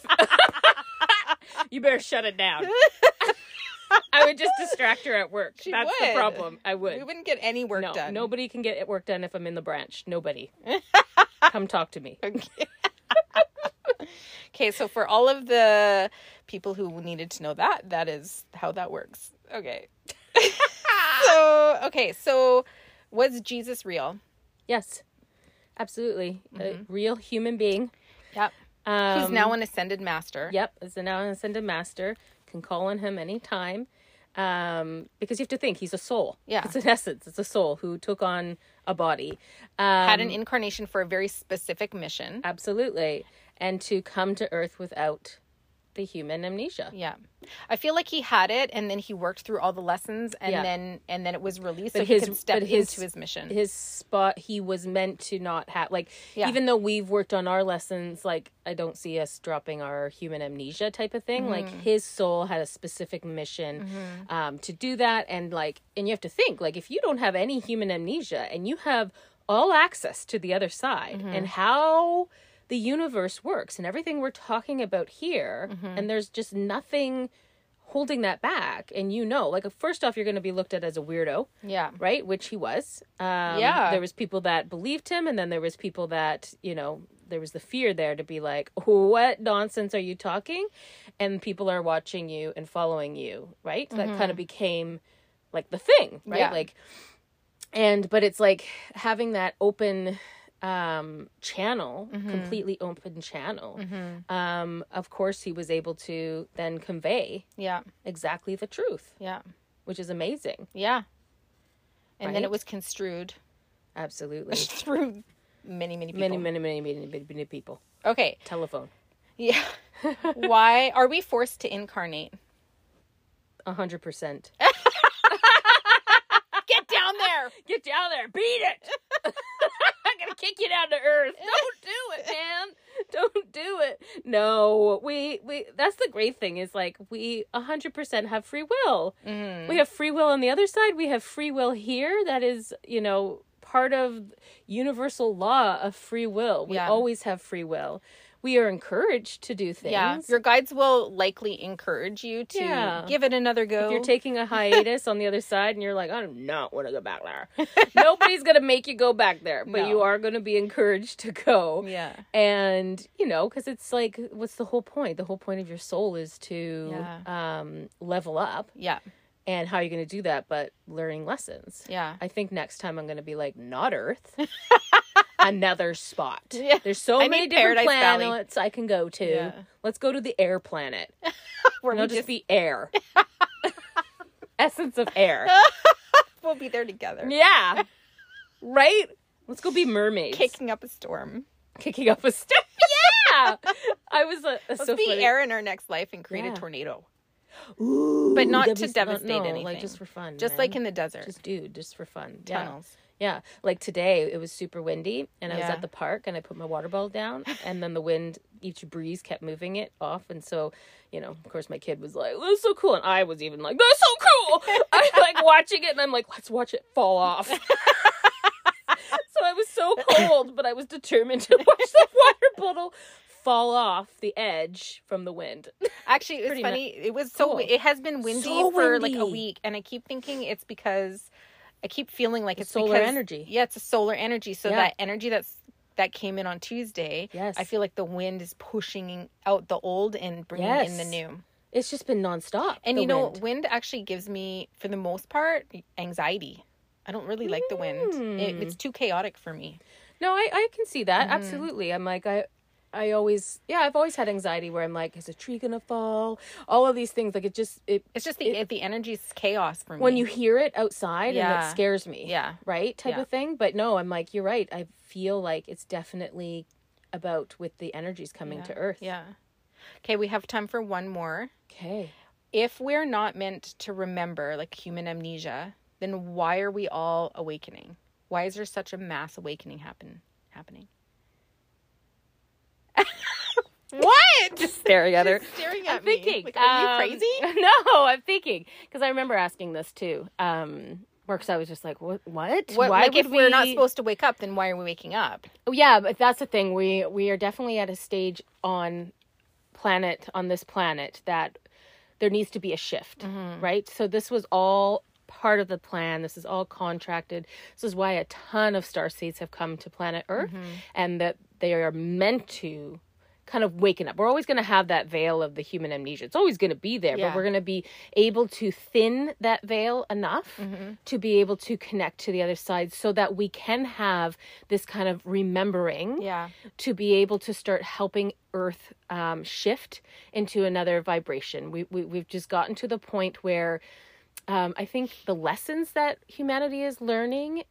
[SPEAKER 2] you better shut it down. I would just distract her at work.
[SPEAKER 1] She
[SPEAKER 2] That's the
[SPEAKER 1] would.
[SPEAKER 2] problem. I would.
[SPEAKER 1] We wouldn't get any work
[SPEAKER 2] no,
[SPEAKER 1] done.
[SPEAKER 2] nobody can get it work done if I'm in the branch. Nobody. Come talk to me.
[SPEAKER 1] Okay, so for all of the people who needed to know that, that is how that works. Okay. so, okay, so was Jesus real?
[SPEAKER 2] Yes, absolutely.
[SPEAKER 1] Mm-hmm.
[SPEAKER 2] A real human being.
[SPEAKER 1] Yep.
[SPEAKER 2] Um,
[SPEAKER 1] He's now an ascended master.
[SPEAKER 2] Yep, it's a now an ascended master. Can call on him anytime. Um, because you have to think he's a soul.
[SPEAKER 1] Yeah.
[SPEAKER 2] It's an essence. It's a soul who took on a body. Um,
[SPEAKER 1] Had an incarnation for a very specific mission.
[SPEAKER 2] absolutely. And to come to earth without the human amnesia.
[SPEAKER 1] Yeah. I feel like he had it and then he worked through all the lessons and
[SPEAKER 2] Yeah.
[SPEAKER 1] then and then it was released so
[SPEAKER 2] But
[SPEAKER 1] he
[SPEAKER 2] his-
[SPEAKER 1] could step
[SPEAKER 2] but his-
[SPEAKER 1] into his mission.
[SPEAKER 2] His spot he was meant to not have like
[SPEAKER 1] Yeah.
[SPEAKER 2] even though we've worked on our lessons, like I don't see us dropping our human amnesia type of thing. Like
[SPEAKER 1] Mm-hmm.
[SPEAKER 2] his soul had a specific mission um to do that and like and you have to think, like if you don't have any human amnesia and you have all access to the other side
[SPEAKER 1] Mm-hmm.
[SPEAKER 2] and how
[SPEAKER 1] Mm-hmm.
[SPEAKER 2] the universe works and everything we're talking about here and there's just nothing holding that back and you know like first off you're going to be looked at as a weirdo
[SPEAKER 1] Yeah.
[SPEAKER 2] right which he was um,
[SPEAKER 1] Yeah.
[SPEAKER 2] there was people that believed him and then there was people that you know there was the fear there to be like what nonsense are you talking and people are watching you and following you right that kind of became like the thing right
[SPEAKER 1] Mm-hmm. Yeah.
[SPEAKER 2] like and but it's like having that open um channel
[SPEAKER 1] Mm-hmm.
[SPEAKER 2] completely open channel um of course he was able to then convey
[SPEAKER 1] Yeah.
[SPEAKER 2] exactly the truth
[SPEAKER 1] Yeah.
[SPEAKER 2] which is amazing
[SPEAKER 1] Yeah. And then it
[SPEAKER 2] Right?
[SPEAKER 1] was construed
[SPEAKER 2] absolutely
[SPEAKER 1] through many, many people.
[SPEAKER 2] many, many, many, many, many, many people.
[SPEAKER 1] Okay.
[SPEAKER 2] Telephone.
[SPEAKER 1] Yeah. Why are we forced to incarnate?
[SPEAKER 2] A hundred percent.
[SPEAKER 1] Get down there.
[SPEAKER 2] Get down there, beat it. I'm gonna kick you down to earth.
[SPEAKER 1] Don't do it.
[SPEAKER 2] Man, don't do it. No, we we. That's the great thing is like we a hundred percent have free will.
[SPEAKER 1] Mm.
[SPEAKER 2] We have free will on the other side. We have free will here. That is, you know, part of universal law of free will. We
[SPEAKER 1] Yeah.
[SPEAKER 2] always have free will. We are encouraged to do things.
[SPEAKER 1] Yeah. Your guides will likely encourage you to
[SPEAKER 2] Yeah.
[SPEAKER 1] give it another go.
[SPEAKER 2] If you're taking a hiatus on the other side and you're like, I do not want to go back there. Nobody's going to make you go back there, but
[SPEAKER 1] No.
[SPEAKER 2] you are going to be encouraged to go.
[SPEAKER 1] yeah.
[SPEAKER 2] And, you know, because it's like, what's the whole point? The whole point of your soul is to um, level up.
[SPEAKER 1] Yeah.
[SPEAKER 2] And how are you going to do that? But learning lessons.
[SPEAKER 1] Yeah.
[SPEAKER 2] I think next time I'm going to be like, not Earth. Another spot.
[SPEAKER 1] Yeah.
[SPEAKER 2] There's so
[SPEAKER 1] I
[SPEAKER 2] many
[SPEAKER 1] need
[SPEAKER 2] different
[SPEAKER 1] Paradise Valley.
[SPEAKER 2] planets I can go to.
[SPEAKER 1] Yeah.
[SPEAKER 2] Let's go to the air planet.
[SPEAKER 1] Where
[SPEAKER 2] And
[SPEAKER 1] we
[SPEAKER 2] I'll just
[SPEAKER 1] just
[SPEAKER 2] be air. Essence of air.
[SPEAKER 1] we'll be there together.
[SPEAKER 2] Yeah. Right? Let's go be mermaids.
[SPEAKER 1] Kicking up a storm.
[SPEAKER 2] Kicking up a step. Yeah. I was uh,
[SPEAKER 1] Let's
[SPEAKER 2] so
[SPEAKER 1] be
[SPEAKER 2] funny.
[SPEAKER 1] air in our next life and create
[SPEAKER 2] Yeah.
[SPEAKER 1] a tornado.
[SPEAKER 2] Ooh,
[SPEAKER 1] but not
[SPEAKER 2] that'd
[SPEAKER 1] to
[SPEAKER 2] be-
[SPEAKER 1] devastate
[SPEAKER 2] no, Like
[SPEAKER 1] anything.
[SPEAKER 2] just for fun.
[SPEAKER 1] Just
[SPEAKER 2] man.
[SPEAKER 1] like in the desert.
[SPEAKER 2] just dude, just for fun. Yeah.
[SPEAKER 1] tunnels.
[SPEAKER 2] Yeah. Like today it was super windy and I was
[SPEAKER 1] Yeah.
[SPEAKER 2] at the park and I put my water bottle down and then the wind each breeze kept moving it off and so, you know, of course my kid was like, That's so cool and I was even like, That's so cool I like watching it and I'm like, Let's watch it fall off. so I was so cold, but I was determined to watch the water bottle fall off the edge from the wind.
[SPEAKER 1] Actually, it's
[SPEAKER 2] Pretty mu-
[SPEAKER 1] funny. It was so
[SPEAKER 2] Cool.
[SPEAKER 1] it has been windy
[SPEAKER 2] So
[SPEAKER 1] for like a
[SPEAKER 2] windy.
[SPEAKER 1] week and I keep thinking it's because I keep feeling like it's,
[SPEAKER 2] solar
[SPEAKER 1] because-
[SPEAKER 2] energy.
[SPEAKER 1] Yeah, it's a solar energy. So
[SPEAKER 2] Yeah.
[SPEAKER 1] that energy that's that came in on Tuesday,
[SPEAKER 2] Yes.
[SPEAKER 1] I feel like the wind is pushing out the old and bringing in the
[SPEAKER 2] Yes.
[SPEAKER 1] new.
[SPEAKER 2] It's just been nonstop.
[SPEAKER 1] And
[SPEAKER 2] the
[SPEAKER 1] you know,
[SPEAKER 2] wind.
[SPEAKER 1] wind. actually gives me, for the most part, anxiety. I don't really like the wind.
[SPEAKER 2] Mm.
[SPEAKER 1] It, it's too chaotic for me.
[SPEAKER 2] No, I, I can see
[SPEAKER 1] Mm-hmm.
[SPEAKER 2] that. Absolutely. I'm like I I always yeah, I've always had anxiety where I'm like, is a tree gonna fall? All of these things. Like it just it
[SPEAKER 1] It's just the the energy's chaos for me.
[SPEAKER 2] when you hear it outside and
[SPEAKER 1] Mm. Yeah.
[SPEAKER 2] it scares me.
[SPEAKER 1] yeah
[SPEAKER 2] Right? Type
[SPEAKER 1] Yeah.
[SPEAKER 2] of thing. But no, I'm like, you're right. I feel like it's definitely about with the energies coming to earth.
[SPEAKER 1] yeah. Okay, we have time for one more.
[SPEAKER 2] Okay.
[SPEAKER 1] If we're not meant to remember, like human amnesia, then why are we all awakening? Why is there such a mass awakening happen happening? what?
[SPEAKER 2] Just staring at her.
[SPEAKER 1] staring
[SPEAKER 2] I'm
[SPEAKER 1] at me.
[SPEAKER 2] thinking.
[SPEAKER 1] Like, are you
[SPEAKER 2] um,
[SPEAKER 1] crazy?
[SPEAKER 2] No, I'm thinking because I remember asking this too. Um, where 'cause I was just like, what? What?
[SPEAKER 1] What, like
[SPEAKER 2] would
[SPEAKER 1] if we're not
[SPEAKER 2] we-
[SPEAKER 1] supposed to wake up, then why are we waking up?
[SPEAKER 2] Oh, yeah, but that's the thing. We we are definitely at a stage on planet on this planet that there needs to be a shift, right? So this was all part of the plan. This is all contracted. This is why a ton of star seeds have come to planet Earth and that they are meant to kind of waken up. We're always going to have that veil of the human amnesia. It's always going to be there,
[SPEAKER 1] Yeah.
[SPEAKER 2] but we're going to be able to thin that veil enough
[SPEAKER 1] Mm-hmm.
[SPEAKER 2] to be able to connect to the other side so that we can have this kind of remembering
[SPEAKER 1] Yeah.
[SPEAKER 2] to be able to start helping Earth um, shift into another vibration. We, we, we've just gotten to the point where um, I think the lessons that humanity is learning.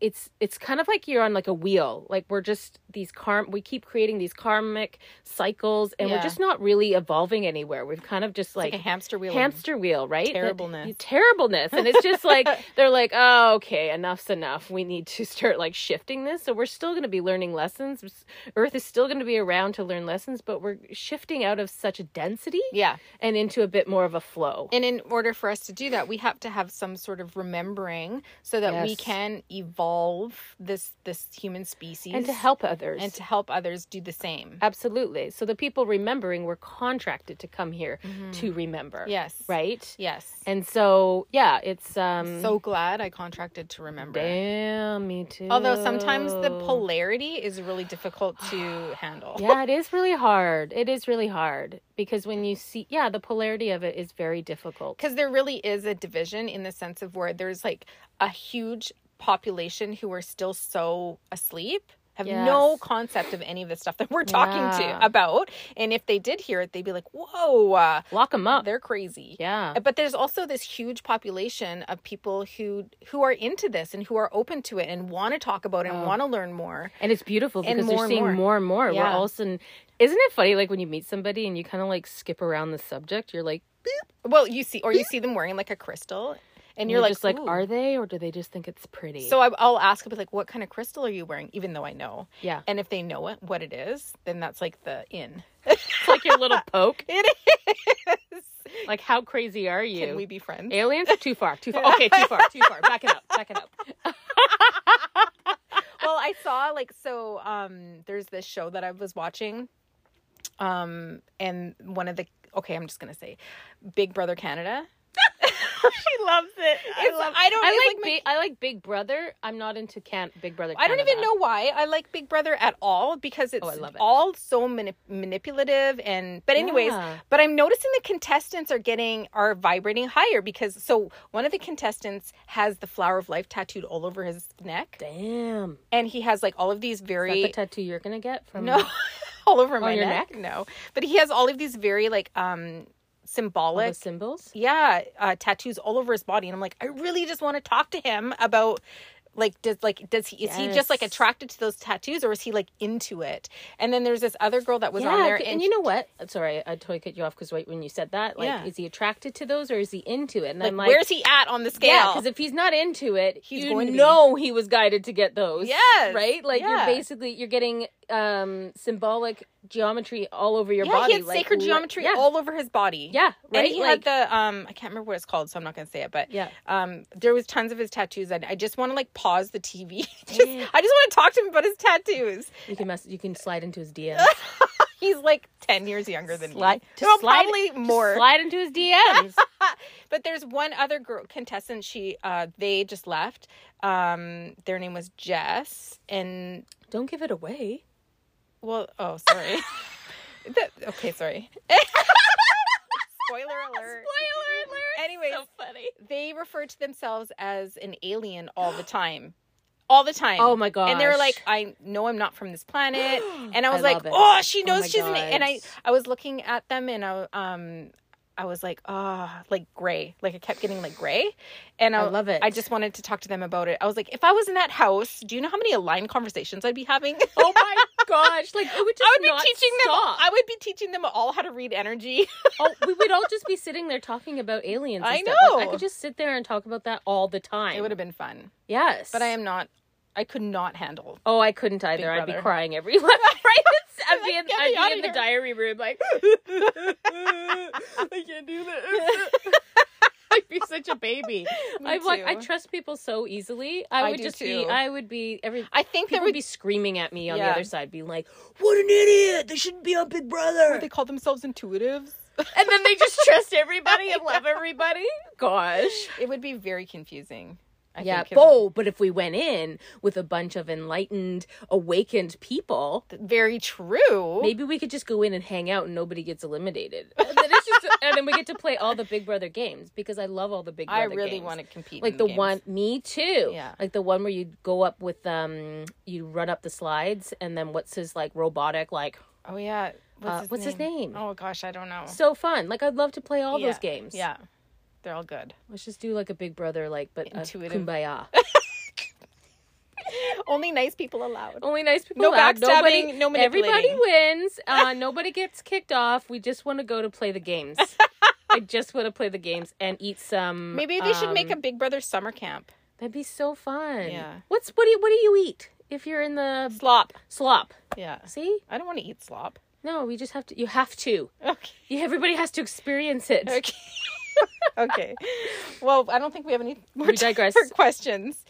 [SPEAKER 2] It's it's kind of like you're on like a wheel. Like we're just these karm we keep creating these karmic cycles and we're
[SPEAKER 1] Yeah.
[SPEAKER 2] just not really evolving anywhere. We've kind of just
[SPEAKER 1] Like,
[SPEAKER 2] like,
[SPEAKER 1] a hamster wheel.
[SPEAKER 2] hamster wheel, right? That-
[SPEAKER 1] Terribleness.
[SPEAKER 2] terribleness. And it's just like they're like, oh, okay, enough's enough. We need to start like shifting this. So we're still going to be learning lessons. Earth is still going to be around to learn lessons, but we're shifting out of such a density
[SPEAKER 1] yeah.
[SPEAKER 2] and into a bit more of a flow.
[SPEAKER 1] And in order for us to do that, we have to have some sort of remembering so that we
[SPEAKER 2] Yes.
[SPEAKER 1] can evolve evolve this this human species
[SPEAKER 2] and to help others.
[SPEAKER 1] and to help others do the same.
[SPEAKER 2] Absolutely. So the people remembering were contracted to come here to remember.
[SPEAKER 1] Mm. Yes.
[SPEAKER 2] Right?
[SPEAKER 1] Yes.
[SPEAKER 2] And so, yeah, it's um
[SPEAKER 1] so glad I contracted to remember.
[SPEAKER 2] damn me too.
[SPEAKER 1] Although sometimes the polarity is really difficult to handle.
[SPEAKER 2] yeah, it is really hard. It is really hard because when you see, yeah, the polarity of it is very difficult.
[SPEAKER 1] Because there really is a division in the sense of where there's like a huge population who are still so asleep, have no
[SPEAKER 2] Yes.
[SPEAKER 1] concept of any of the stuff that we're talking to
[SPEAKER 2] Yeah.
[SPEAKER 1] about. And if they did hear it, they'd be like, whoa, uh,
[SPEAKER 2] Lock them up.
[SPEAKER 1] they're crazy. Uh,
[SPEAKER 2] Yeah.
[SPEAKER 1] But there's also this huge population of people who who are into this and who are open to it and want to talk about it
[SPEAKER 2] Oh.
[SPEAKER 1] and want to learn more.
[SPEAKER 2] And it's beautiful
[SPEAKER 1] And
[SPEAKER 2] because
[SPEAKER 1] more
[SPEAKER 2] you're
[SPEAKER 1] and
[SPEAKER 2] seeing
[SPEAKER 1] more.
[SPEAKER 2] more. and more. We're
[SPEAKER 1] Yeah.
[SPEAKER 2] all of a sudden, isn't it funny? Like when you meet somebody and you kind of like skip around the subject, you're like,
[SPEAKER 1] Well, you see, or you see them wearing like a crystal, and
[SPEAKER 2] and
[SPEAKER 1] you're, like,
[SPEAKER 2] just like,
[SPEAKER 1] "Ooh."
[SPEAKER 2] are they or do they just think it's pretty?
[SPEAKER 1] So I, I'll ask, I'll be like, "What kind of crystal are you wearing?" Even though I know,
[SPEAKER 2] yeah,
[SPEAKER 1] and if they know it, what it is, then that's like the in.
[SPEAKER 2] it's like your little poke.
[SPEAKER 1] It is.
[SPEAKER 2] Like, how crazy are you?
[SPEAKER 1] Can we be friends?
[SPEAKER 2] Aliens are too far. Too far. Okay, too far. Too far. Back it up. Back it up.
[SPEAKER 1] well, I saw like so. Um, there's this show that I was watching, um, and one of the okay, I'm just gonna say, Big Brother Canada.
[SPEAKER 2] She loves it. I
[SPEAKER 1] It's- I don't. it's
[SPEAKER 2] I
[SPEAKER 1] like
[SPEAKER 2] like, big, I like Big Brother. I'm not into can Big Brother.
[SPEAKER 1] I don't even
[SPEAKER 2] Canada.
[SPEAKER 1] know why I like Big Brother at all because it's
[SPEAKER 2] Oh, I love it.
[SPEAKER 1] all so mani- manipulative and but anyways,
[SPEAKER 2] Yeah.
[SPEAKER 1] but I'm noticing the contestants are getting are vibrating higher because so one of the contestants has the flower of life tattooed all over his neck
[SPEAKER 2] Damn.
[SPEAKER 1] and he has like all of these
[SPEAKER 2] Is that
[SPEAKER 1] very
[SPEAKER 2] the tattoo you're gonna get from?
[SPEAKER 1] no all over my
[SPEAKER 2] your
[SPEAKER 1] neck? no but he has all of these very like um
[SPEAKER 2] all the
[SPEAKER 1] symbolic
[SPEAKER 2] symbols.
[SPEAKER 1] yeah uh, tattoos all over his body and i'm like i really just want to talk to him about like does like does he is he just like
[SPEAKER 2] Yes.
[SPEAKER 1] attracted to those tattoos or is he like into it and then there's this other girl that was
[SPEAKER 2] yeah,
[SPEAKER 1] on there
[SPEAKER 2] and, you know what? Sorry, I totally cut you off because when you said that, like,
[SPEAKER 1] Yeah.
[SPEAKER 2] is he attracted to those or is he into it? And I'm like,
[SPEAKER 1] where's he at on the scale
[SPEAKER 2] yeah, because if he's not into it,
[SPEAKER 1] He's
[SPEAKER 2] you
[SPEAKER 1] going to be.
[SPEAKER 2] know he was guided to get those.
[SPEAKER 1] Yes,
[SPEAKER 2] right. Like
[SPEAKER 1] yeah.
[SPEAKER 2] you're basically you're getting um symbolic geometry all over your
[SPEAKER 1] yeah,
[SPEAKER 2] body.
[SPEAKER 1] he had
[SPEAKER 2] like,
[SPEAKER 1] sacred
[SPEAKER 2] li-
[SPEAKER 1] geometry
[SPEAKER 2] yeah.
[SPEAKER 1] all over his body
[SPEAKER 2] Yeah,
[SPEAKER 1] and
[SPEAKER 2] right.
[SPEAKER 1] he
[SPEAKER 2] like,
[SPEAKER 1] had the um i can't remember what it's called so i'm not gonna say it but
[SPEAKER 2] Yeah.
[SPEAKER 1] um there was tons of his tattoos and i just want to like pause the tv just,
[SPEAKER 2] Yeah.
[SPEAKER 1] i just want to talk to him about his tattoos
[SPEAKER 2] you can mess, you can slide into his DMs.
[SPEAKER 1] he's like 10 years younger than
[SPEAKER 2] slide,
[SPEAKER 1] me
[SPEAKER 2] to
[SPEAKER 1] No,
[SPEAKER 2] slide,
[SPEAKER 1] probably
[SPEAKER 2] just
[SPEAKER 1] more
[SPEAKER 2] slide into his DMs.
[SPEAKER 1] But there's one other girl contestant. She uh, they just left. Um, their name was Jess, and
[SPEAKER 2] Don't give it away.
[SPEAKER 1] well, oh sorry. That- okay, sorry. Spoiler alert.
[SPEAKER 2] Spoiler alert.
[SPEAKER 1] Anyways,
[SPEAKER 2] so funny.
[SPEAKER 1] they refer to themselves as an alien all the time. All the time.
[SPEAKER 2] Oh my
[SPEAKER 1] And they were
[SPEAKER 2] gosh.
[SPEAKER 1] like, I know I'm not from this planet. And I was
[SPEAKER 2] I
[SPEAKER 1] like,
[SPEAKER 2] love it.
[SPEAKER 1] oh, she
[SPEAKER 2] Oh
[SPEAKER 1] knows
[SPEAKER 2] my
[SPEAKER 1] she's an and I
[SPEAKER 2] gosh.
[SPEAKER 1] I was looking at them and I um I was like, ah, like gray. Like I kept getting like gray. And I,
[SPEAKER 2] I love it.
[SPEAKER 1] I just wanted to talk to them about it. I was like, if I was in that house, do you know how many aligned conversations I'd be having?
[SPEAKER 2] Oh my gosh! Like it would just
[SPEAKER 1] I would be
[SPEAKER 2] not
[SPEAKER 1] teaching
[SPEAKER 2] stop.
[SPEAKER 1] them I would be teaching them all how to read energy.
[SPEAKER 2] oh, we would all just be sitting there talking about aliens. And
[SPEAKER 1] I
[SPEAKER 2] stuff. Like,
[SPEAKER 1] know.
[SPEAKER 2] I could just sit there and talk about that all the time.
[SPEAKER 1] it would have been fun.
[SPEAKER 2] Yes,
[SPEAKER 1] But I am not I could not handle
[SPEAKER 2] Oh, I couldn't either. I'd be
[SPEAKER 1] Brother.
[SPEAKER 2] crying every left, right. It's- I'd be in,
[SPEAKER 1] get me
[SPEAKER 2] I'd
[SPEAKER 1] outta
[SPEAKER 2] be in the
[SPEAKER 1] here.
[SPEAKER 2] diary room, like I can't do this. I'd be such a baby.
[SPEAKER 1] Me
[SPEAKER 2] I'm like, I
[SPEAKER 1] too.
[SPEAKER 2] trust people so easily. I,
[SPEAKER 1] I
[SPEAKER 2] would
[SPEAKER 1] do
[SPEAKER 2] just
[SPEAKER 1] too.
[SPEAKER 2] be. I would be every.
[SPEAKER 1] I think there
[SPEAKER 2] People
[SPEAKER 1] would
[SPEAKER 2] would be screaming at me on
[SPEAKER 1] Yeah.
[SPEAKER 2] the other side, being like, "What an idiot! They shouldn't be on Big Brother."
[SPEAKER 1] they call themselves intuitives.
[SPEAKER 2] and then they just trust everybody and love everybody. Gosh.
[SPEAKER 1] It would be very confusing. I
[SPEAKER 2] Yeah.
[SPEAKER 1] think it would-
[SPEAKER 2] Oh, but if we went in with a bunch of enlightened, awakened people,
[SPEAKER 1] very true.
[SPEAKER 2] maybe we could just go in and hang out and nobody gets eliminated. And then, it's just, and then we get to play all the Big Brother games because I love all the Big Brother
[SPEAKER 1] I really
[SPEAKER 2] games.
[SPEAKER 1] want to compete.
[SPEAKER 2] Like
[SPEAKER 1] in
[SPEAKER 2] the
[SPEAKER 1] games.
[SPEAKER 2] one, me too.
[SPEAKER 1] Yeah.
[SPEAKER 2] Like the one where you go up with um, you run up the slides, and then what's his like robotic like?
[SPEAKER 1] Oh yeah. What's,
[SPEAKER 2] Uh,
[SPEAKER 1] his,
[SPEAKER 2] what's
[SPEAKER 1] name?
[SPEAKER 2] his name?
[SPEAKER 1] Oh gosh, I don't know.
[SPEAKER 2] So fun! Like I'd love to play all
[SPEAKER 1] Yeah.
[SPEAKER 2] those games.
[SPEAKER 1] Yeah, they're all good.
[SPEAKER 2] let's just do like a Big Brother like, but a
[SPEAKER 1] Intuitive.
[SPEAKER 2] kumbaya.
[SPEAKER 1] Only nice people allowed.
[SPEAKER 2] Only nice people.
[SPEAKER 1] No
[SPEAKER 2] allowed.
[SPEAKER 1] backstabbing,
[SPEAKER 2] Nobody,
[SPEAKER 1] no
[SPEAKER 2] Everybody
[SPEAKER 1] manipulating.
[SPEAKER 2] wins. Uh, nobody gets kicked off. We just want to go to play the games. I just want to play the games and eat some.
[SPEAKER 1] Maybe they should make a
[SPEAKER 2] um,
[SPEAKER 1] Big Brother summer camp.
[SPEAKER 2] That'd be so fun.
[SPEAKER 1] Yeah.
[SPEAKER 2] What's what do you, what do you eat if you're in the
[SPEAKER 1] Slop.
[SPEAKER 2] slop?
[SPEAKER 1] Yeah.
[SPEAKER 2] See?
[SPEAKER 1] I don't want to eat slop.
[SPEAKER 2] No, we just have to. You have to.
[SPEAKER 1] Okay.
[SPEAKER 2] You, everybody has to experience it.
[SPEAKER 1] Okay. okay. Well, I don't think we have any more
[SPEAKER 2] We
[SPEAKER 1] time
[SPEAKER 2] digress.
[SPEAKER 1] for questions.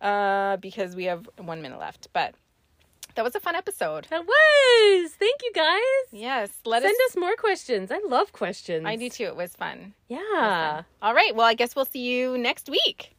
[SPEAKER 1] uh, because we have one minute left. But that was a fun episode.
[SPEAKER 2] That was. Thank you guys.
[SPEAKER 1] Yes, let
[SPEAKER 2] Send
[SPEAKER 1] us.
[SPEAKER 2] us more questions. I love questions.
[SPEAKER 1] I do too. It was fun.
[SPEAKER 2] Yeah.
[SPEAKER 1] All right. Well, I guess we'll see you next week.